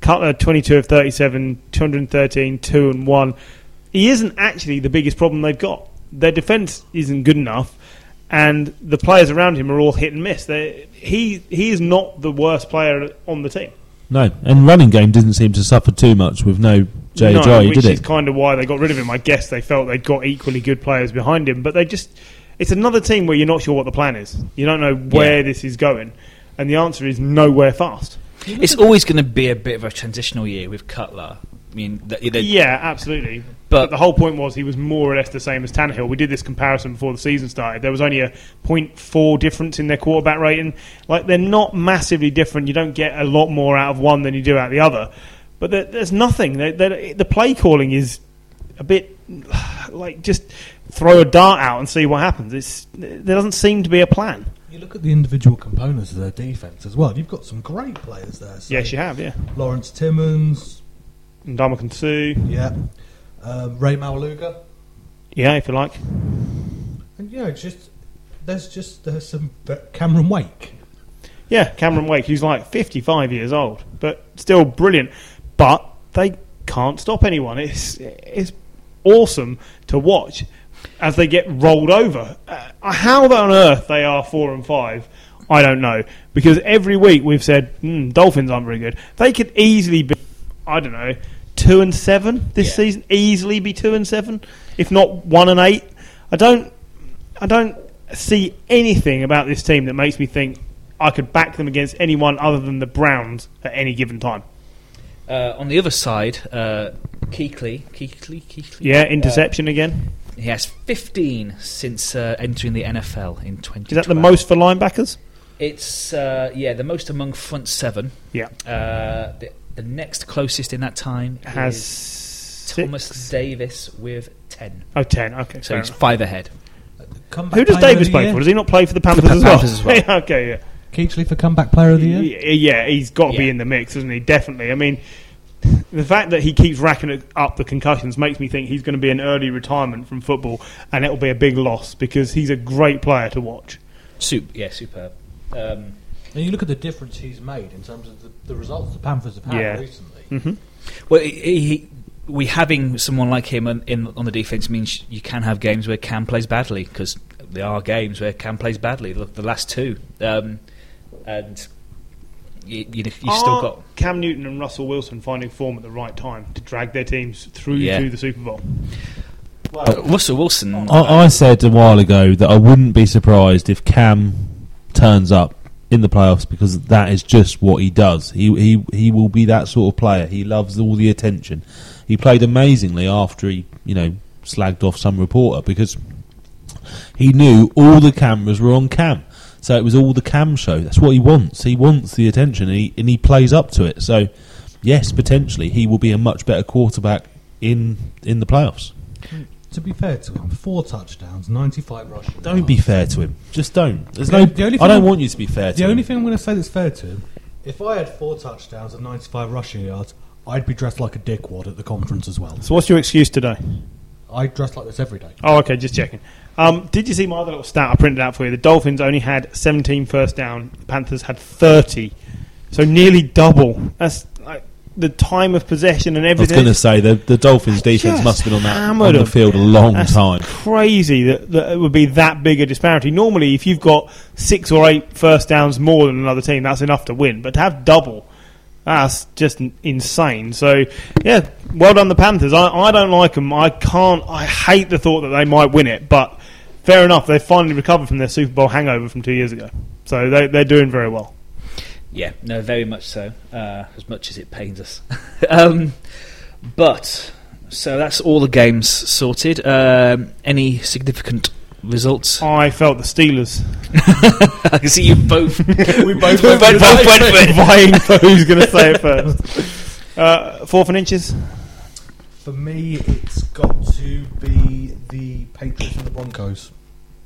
Cutler, 22 of 37, 213, 2 and 1. He isn't actually the biggest problem they've got. Their defence isn't good enough, and the players around him are all hit and miss. They, he, he is not the worst player on the team.
No, and running game didn't seem to suffer too much with no Jay
no,
Ajayi,
which
did
is
it?
kind of why they got rid of him. I guess they felt they'd got equally good players behind him, but they just it's another team where you're not sure what the plan is. You don't know where this is going, and the answer is nowhere fast.
it's always going to be a bit of a transitional year with Cutler I mean, that, they,
Yeah, absolutely. But,
But-
the whole point was he was more or less the same as Tannehill. We did this comparison before the season started. There was only a 0.4 difference in their quarterback rating. Like they're not massively different. You don't get a lot more out of one than you do out of the other. But there, there's nothing. They- they- the play calling is a bit like just throw a dart out and see what happens. It's there doesn't seem to be a plan.
You look at the individual components of their defense as well. You've got some great players there. So
Yes, you have. Yeah,
Lawrence Timmons,
and Ndamukong Suh,
yeah, um, Ray Maluga,
Yeah, if you like.
and yeah, it's just there's just there's some Cameron Wake.
Yeah, Cameron Wake, who's like 55 years old, but still brilliant. But they can't stop anyone. It's it's awesome to watch as they get rolled over. Uh, how on earth they are four and five, I don't know. Because every week we've said hmm, Dolphins aren't very good. They could easily be, I don't know, two and seven this season. Easily be two and seven, if not one and eight. I don't I don't see anything about this team that makes me think I could back them against anyone other than the Browns at any given time.
Uh, on the other side, uh, Keekly, Keekly, Keekly.
Yeah, interception again.
He has 15 since uh, entering the NFL in 20.
Is that the most for linebackers?
It's uh, yeah, the most among front seven.
Yeah.
Uh, the, the next closest in that time
Has
is
six?
Thomas Davis with 10.
Oh, 10. Okay.
So
fair
he's
enough.
five ahead.
Comeback
Who does
player of
Davis
the
play
year?
for? Does he not play for the Panthers,
the
as, well?
Panthers as well.
Yeah, okay, yeah.
Keachley for comeback player of the year.
Yeah, yeah, he's got to be
Yeah.
in the mix, isn't he? Definitely. I mean, the fact that he keeps racking it up the concussions makes me think he's going to be an early retirement from football, and it'll be a big loss because he's a great player to watch.
Sup- yeah, superb. Um,
And you look at the difference he's made in terms of the, the results the Panthers have had
Yeah.
recently.
Well, he, he, we having someone like him on, in on the defense means you can have games where Cam plays badly because there are games where Cam plays badly. The, the last two, um, and you, you, you've still
Are
got
Cam Newton and Russell Wilson finding form at the right time to drag their teams through
Yeah.
to the Super Bowl.
uh, Russell Wilson.
I, I said a while ago that I wouldn't be surprised if Cam turns up in the playoffs because that is just what he does. He he he will be that sort of player. He loves all the attention. He played amazingly after he you know slagged off some reporter because he knew all the cameras were on Cam. So it was all the Cam show. That's what he wants. He wants the attention, and he, and he plays up to it. So, yes, potentially he will be a much better quarterback in in the playoffs.
To be fair to him, four touchdowns, 95 rushing.
Don't be fair to him. Just don't. There's
The-
no.
the only
I don't
thing-
want you to be fair to
The
him.
only thing I'm going to say that's fair to him, if I had four touchdowns and 95 rushing yards, I'd be dressed like a dickwad at the conference as well.
So, what's your excuse today?
I dress like this every day.
Oh, okay, just checking. Um, did you see my other little stat I printed out for you? The Dolphins only had 17 first down. The Panthers had 30, so nearly double. That's like the time of possession and
I was
everything.
going to say the the Dolphins
They
defense
just
must have been on that
hammered
on the
them.
field a long
That's
time.
Crazy that, that it would be that big a disparity. Normally, if you've got six or eight first downs more than another team, that's enough to win. But to have double, that's just n- insane. So, yeah, well done the Panthers. I, I don't like them. I can't. I hate the thought that they might win it. But fair enough, they finally recovered from their Super Bowl hangover from two years ago. So they, they're doing very well.
Yeah, no, very much so. Uh, as much as it pains us, um, but so that's all the games sorted. Um, any significant results?
I felt the Steelers
I can see you both.
we both
We both went for it.
vying for who's going to say it first. Uh, fourth and inches.
For me, it's got to be the Patriots and the Broncos.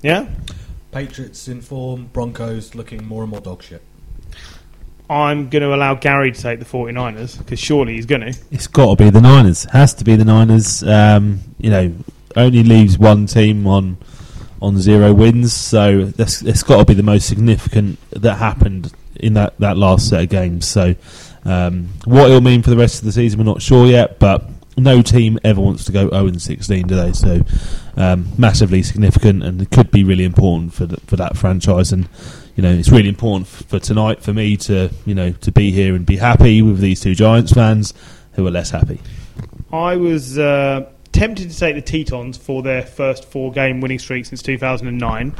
Yeah,
Patriots in form, Broncos looking more and more dog shit.
I'm going to allow Gary to take the 49ers because surely he's going to.
It's got to be the Niners. Has to be the Niners. Um, you know, only leaves one team on on zero wins. So that's it's got to be the most significant that happened in that, that last set of games. So um, what it'll mean for the rest of the season, we're not sure yet. But no team ever wants to go zero and sixteen, do they? So um, massively significant, and it could be really important for the, for that franchise. And you know, it's really important f- for tonight for me to you know to be here and be happy with these two Giants fans who are less happy.
I was uh, tempted to take the Tetons for their first four game winning streak since 2009,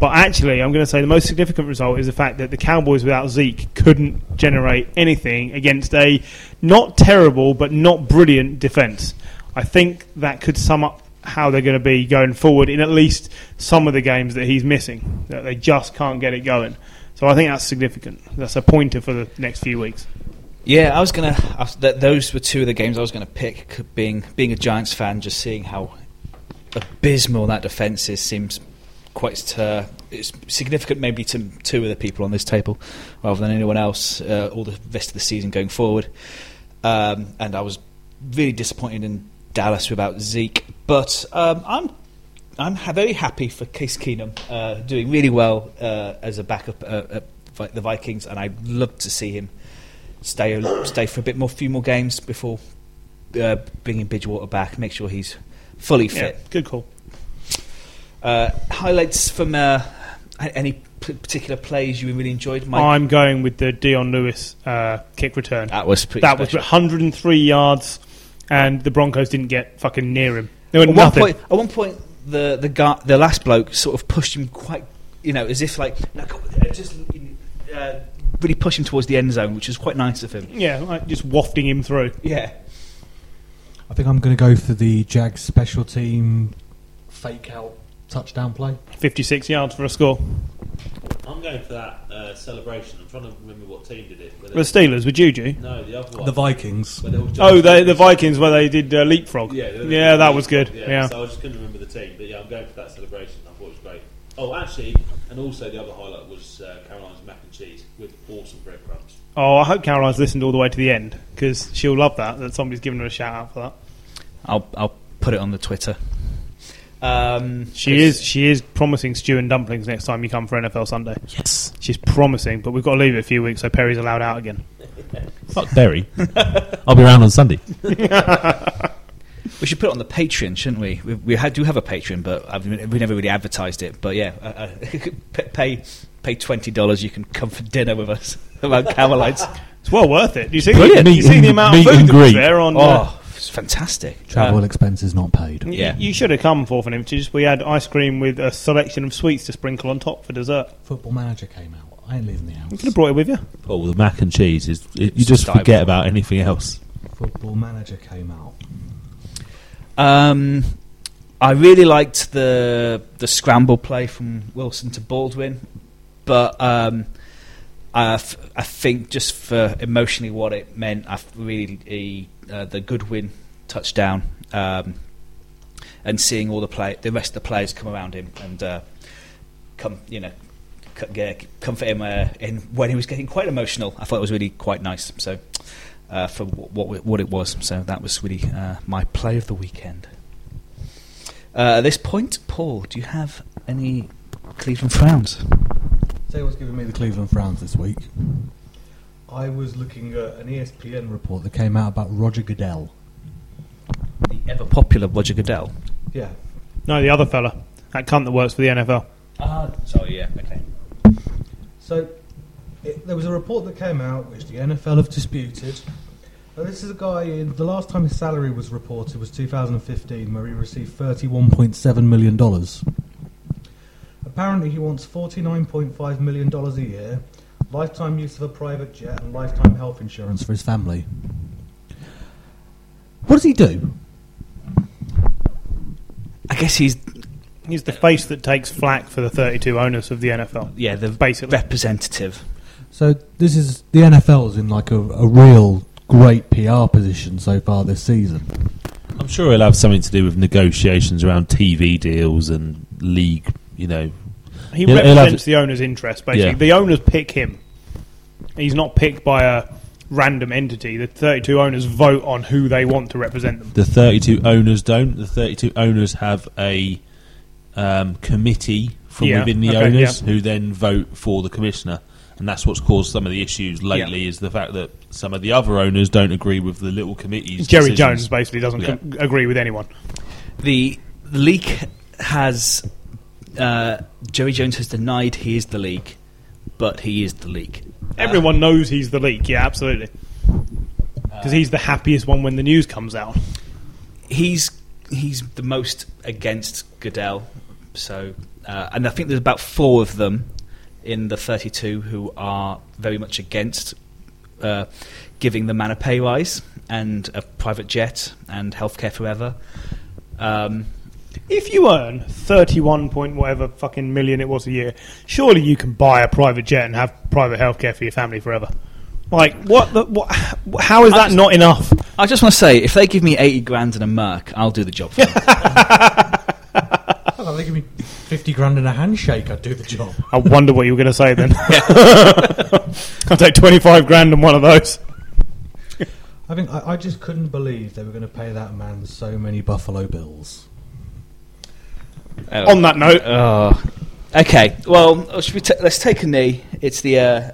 But actually, I'm going to say the most significant result is the fact that the Cowboys without Zeke couldn't generate anything against a not terrible but not brilliant defence. I think that could sum up how they're going to be going forward in at least some of the games that he's missing. That they just can't get it going. So I think that's significant. That's a pointer for the next few weeks.
Yeah, I was gonna. I was- th- those were two of the games I was gonna pick. c- Being being a Giants fan, just seeing how abysmal that defense is seems quite. Uh, it's significant, maybe to two of the people on this table, rather than anyone else. Uh, all the rest of the season going forward, um, and I was really disappointed in Dallas without Zeke. But um, I'm I'm ha- very happy for Case Keenum uh, doing really well uh, as a backup uh, at Vi- the Vikings, and I'd love to see him stay stay for a bit more, few more games before uh, bringing Bridgewater back. Make sure he's fully
Yeah,
fit.
good call.
Uh, highlights from uh, a- any p- particular plays you really enjoyed, Mike?
I'm going with the Dion Lewis uh, kick return.
that was pretty.
That was
special.
103 yards, and the Broncos didn't get fucking near him. They were
at one
nothing.
point. At one point, the the guy, the last bloke, sort of pushed him quite, you know, as if like "Now go with it," just uh, really push him towards the end zone, which was quite nice of him.
Yeah, like just wafting him through.
Yeah.
I think I'm going to go for the Jags special team fake out touchdown play.
56 yards for a score.
I'm going for that uh, celebration. I'm trying to remember what team did it.
The Steelers with Juju.
no, the other one.
The Vikings.
Where they all jumped
Oh, they,
up.
the Vikings where they did uh, leapfrog.
Yeah, the-
that was good. Yeah.
So I just couldn't remember the team, but yeah, I'm going for that celebration. I thought it was great. Oh, actually, and also the other highlight was uh, Caroline's mac and cheese with awesome breadcrumbs.
Oh, I hope Caroline's listened all the way to the end because she'll love that that somebody's given her a shout out for that.
I'll I'll put it on the Twitter. Um,
She is she is promising stew and dumplings next time you come for NFL Sunday.
Yes.
She's promising, but we've got to leave it a few weeks so Perry's allowed out again.
Fuck Derry. I'll be around on Sunday.
We should put it on the Patreon, shouldn't we? We, we had, do have a Patreon, but I've, we never really advertised it. But yeah, uh, uh, pay pay twenty dollars, you can come for dinner with us around Caroline's.
It's well worth it. Do you see?
Brilliant.
You see
Meet
the
and-
amount of
meet
food
and
that was
greet.
there on. uh,
oh, it's fantastic!
Travel
Um,
expenses not paid.
Y-
Yeah.
You should have come for an images. We had ice cream with a selection of sweets to sprinkle on top for dessert.
Football manager came out. I ain't leaving the house.
You could have brought it with you.
Oh, the mac and cheese is. It, you
It's
just
diving.
forget about anything else.
Football manager came out.
um, I really liked the the scramble play from Wilson to Baldwin, but um, I, f- I think just for emotionally what it meant, I f- really uh, the Goodwin touchdown um, and seeing all the play the rest of the players come around him and uh, come you know c- get, comfort him uh, in when he was getting quite emotional. I thought it was really quite nice. So. Uh, for w- what what it was, so that was really uh, my play of the weekend. Uh, at this point, Paul, do you have any Cleveland frowns?
Say what's giving me the Cleveland frowns this week. I was looking at an E ESPN report that came out about Roger Goodell.
The ever popular Roger Goodell.
Yeah.
No, the other fella. That cunt that works for the NFL.
Ah, sorry, yeah, okay.
So it, there was a report that came out which the NFL have disputed. And this is a guy. The last time his salary was reported was 2015, where he received 31.7 million dollars. Apparently, he wants 49.5 million dollars a year, lifetime use of a private jet, and lifetime health insurance for his family. What does he do?
I guess he's
He's the face that takes flack for the 32 owners of the NFL.
yeah the
Basically.
representative.
So this is the NFL's in like a, a real great PR position so far this season.
I'm sure it'll have something to do with negotiations around TV deals and league. You know,
He
He'll- he'll have-
represents the owner's interest, basically.
Yeah.
The owners pick him. He's not picked by a random entity. The 32 owners vote on who they want to represent them.
the 32 owners don't. The 32 owners have a um, committee from
Yeah,
within the
okay,
owners who then vote for the commissioner. And that's what's caused some of the issues lately is the fact that some of the other owners don't agree with the little committees.
Jerry
decisions.
Jones basically doesn't
Yeah.
com- agree with anyone.
The leak has uh, Jerry Jones has denied he is the leak, but he is the leak.
Everyone knows he's the leak. Yeah, absolutely. Because he's the happiest one when the news comes out.
he's he's the most against Goodell So, uh, and I think there's about four of them in the 32 who are very much against uh, giving the man a pay rise and a private jet and healthcare forever. Um,
If you earn 31 point whatever fucking million it was a year, surely you can buy a private jet and have private healthcare for your family forever. Like, what the. What, how is
I
that
just-
not enough?
I just want to say, if they give me 80 grand and a mark, I'll do the job for them.
I don't know, they give me 50 grand and a handshake, I'd do the job.
I wonder what you were going to say then. I'll take 25 grand on one of those.
I think I, I just couldn't believe they were going to pay that man so many Buffalo Bills.
On that note,
Oh. Okay. Well, should we ta- let's take a knee. It's the uh,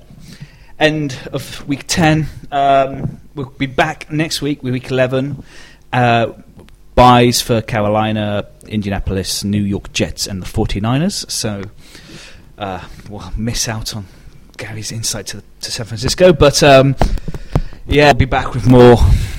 end of week 10. Um, we'll be back next week, with week 11. Uh, buys for Carolina, Indianapolis, New York Jets, and the 49ers. So uh, we'll miss out on Gary's insight to, to San Francisco. But um, yeah, we'll be back with more.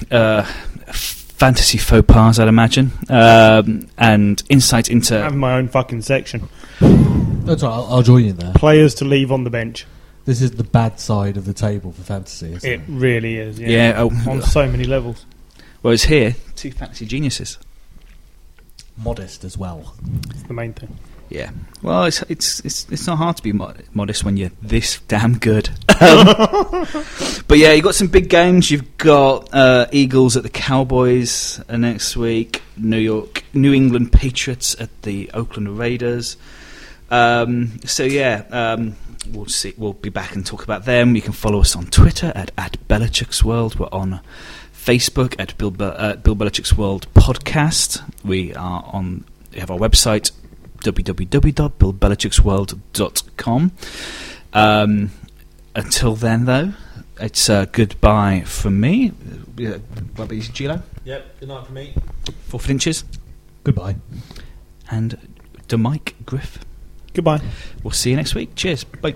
Uh, Fantasy faux pas, I'd imagine, um, and insight
I have
into
my own fucking section.
That's right, I'll, I'll join you there.
Players to leave on the bench.
This is the bad side of the table for fantasy. Isn't
It
it?
really is. Yeah.
yeah, oh,
On so many levels.
Whereas here, two fantasy geniuses.
Modest as well.
It's the main thing.
Yeah. Well, it's it's it's, it's not hard to be mod- modest when you're this damn good. Um, but yeah, you've got some big games. You've got uh, Eagles at the Cowboys uh, next week. New York, New England Patriots at the Oakland Raiders. Um, so yeah, um, we'll see. We'll be back and talk about them. You can follow us on Twitter at at Belichick's World. We're on Facebook at Bill, Be- uh, Bill Belichick's World Podcast. We are on. We have our website www.billbelichicksworld.com. Um, until then, though, it's uh, goodbye from me. Uh, What about you, Gilo?
Yep, good night for me.
Four inches
Goodbye.
and the Mike Griff.
Goodbye.
We'll see you next week. Cheers. Bye.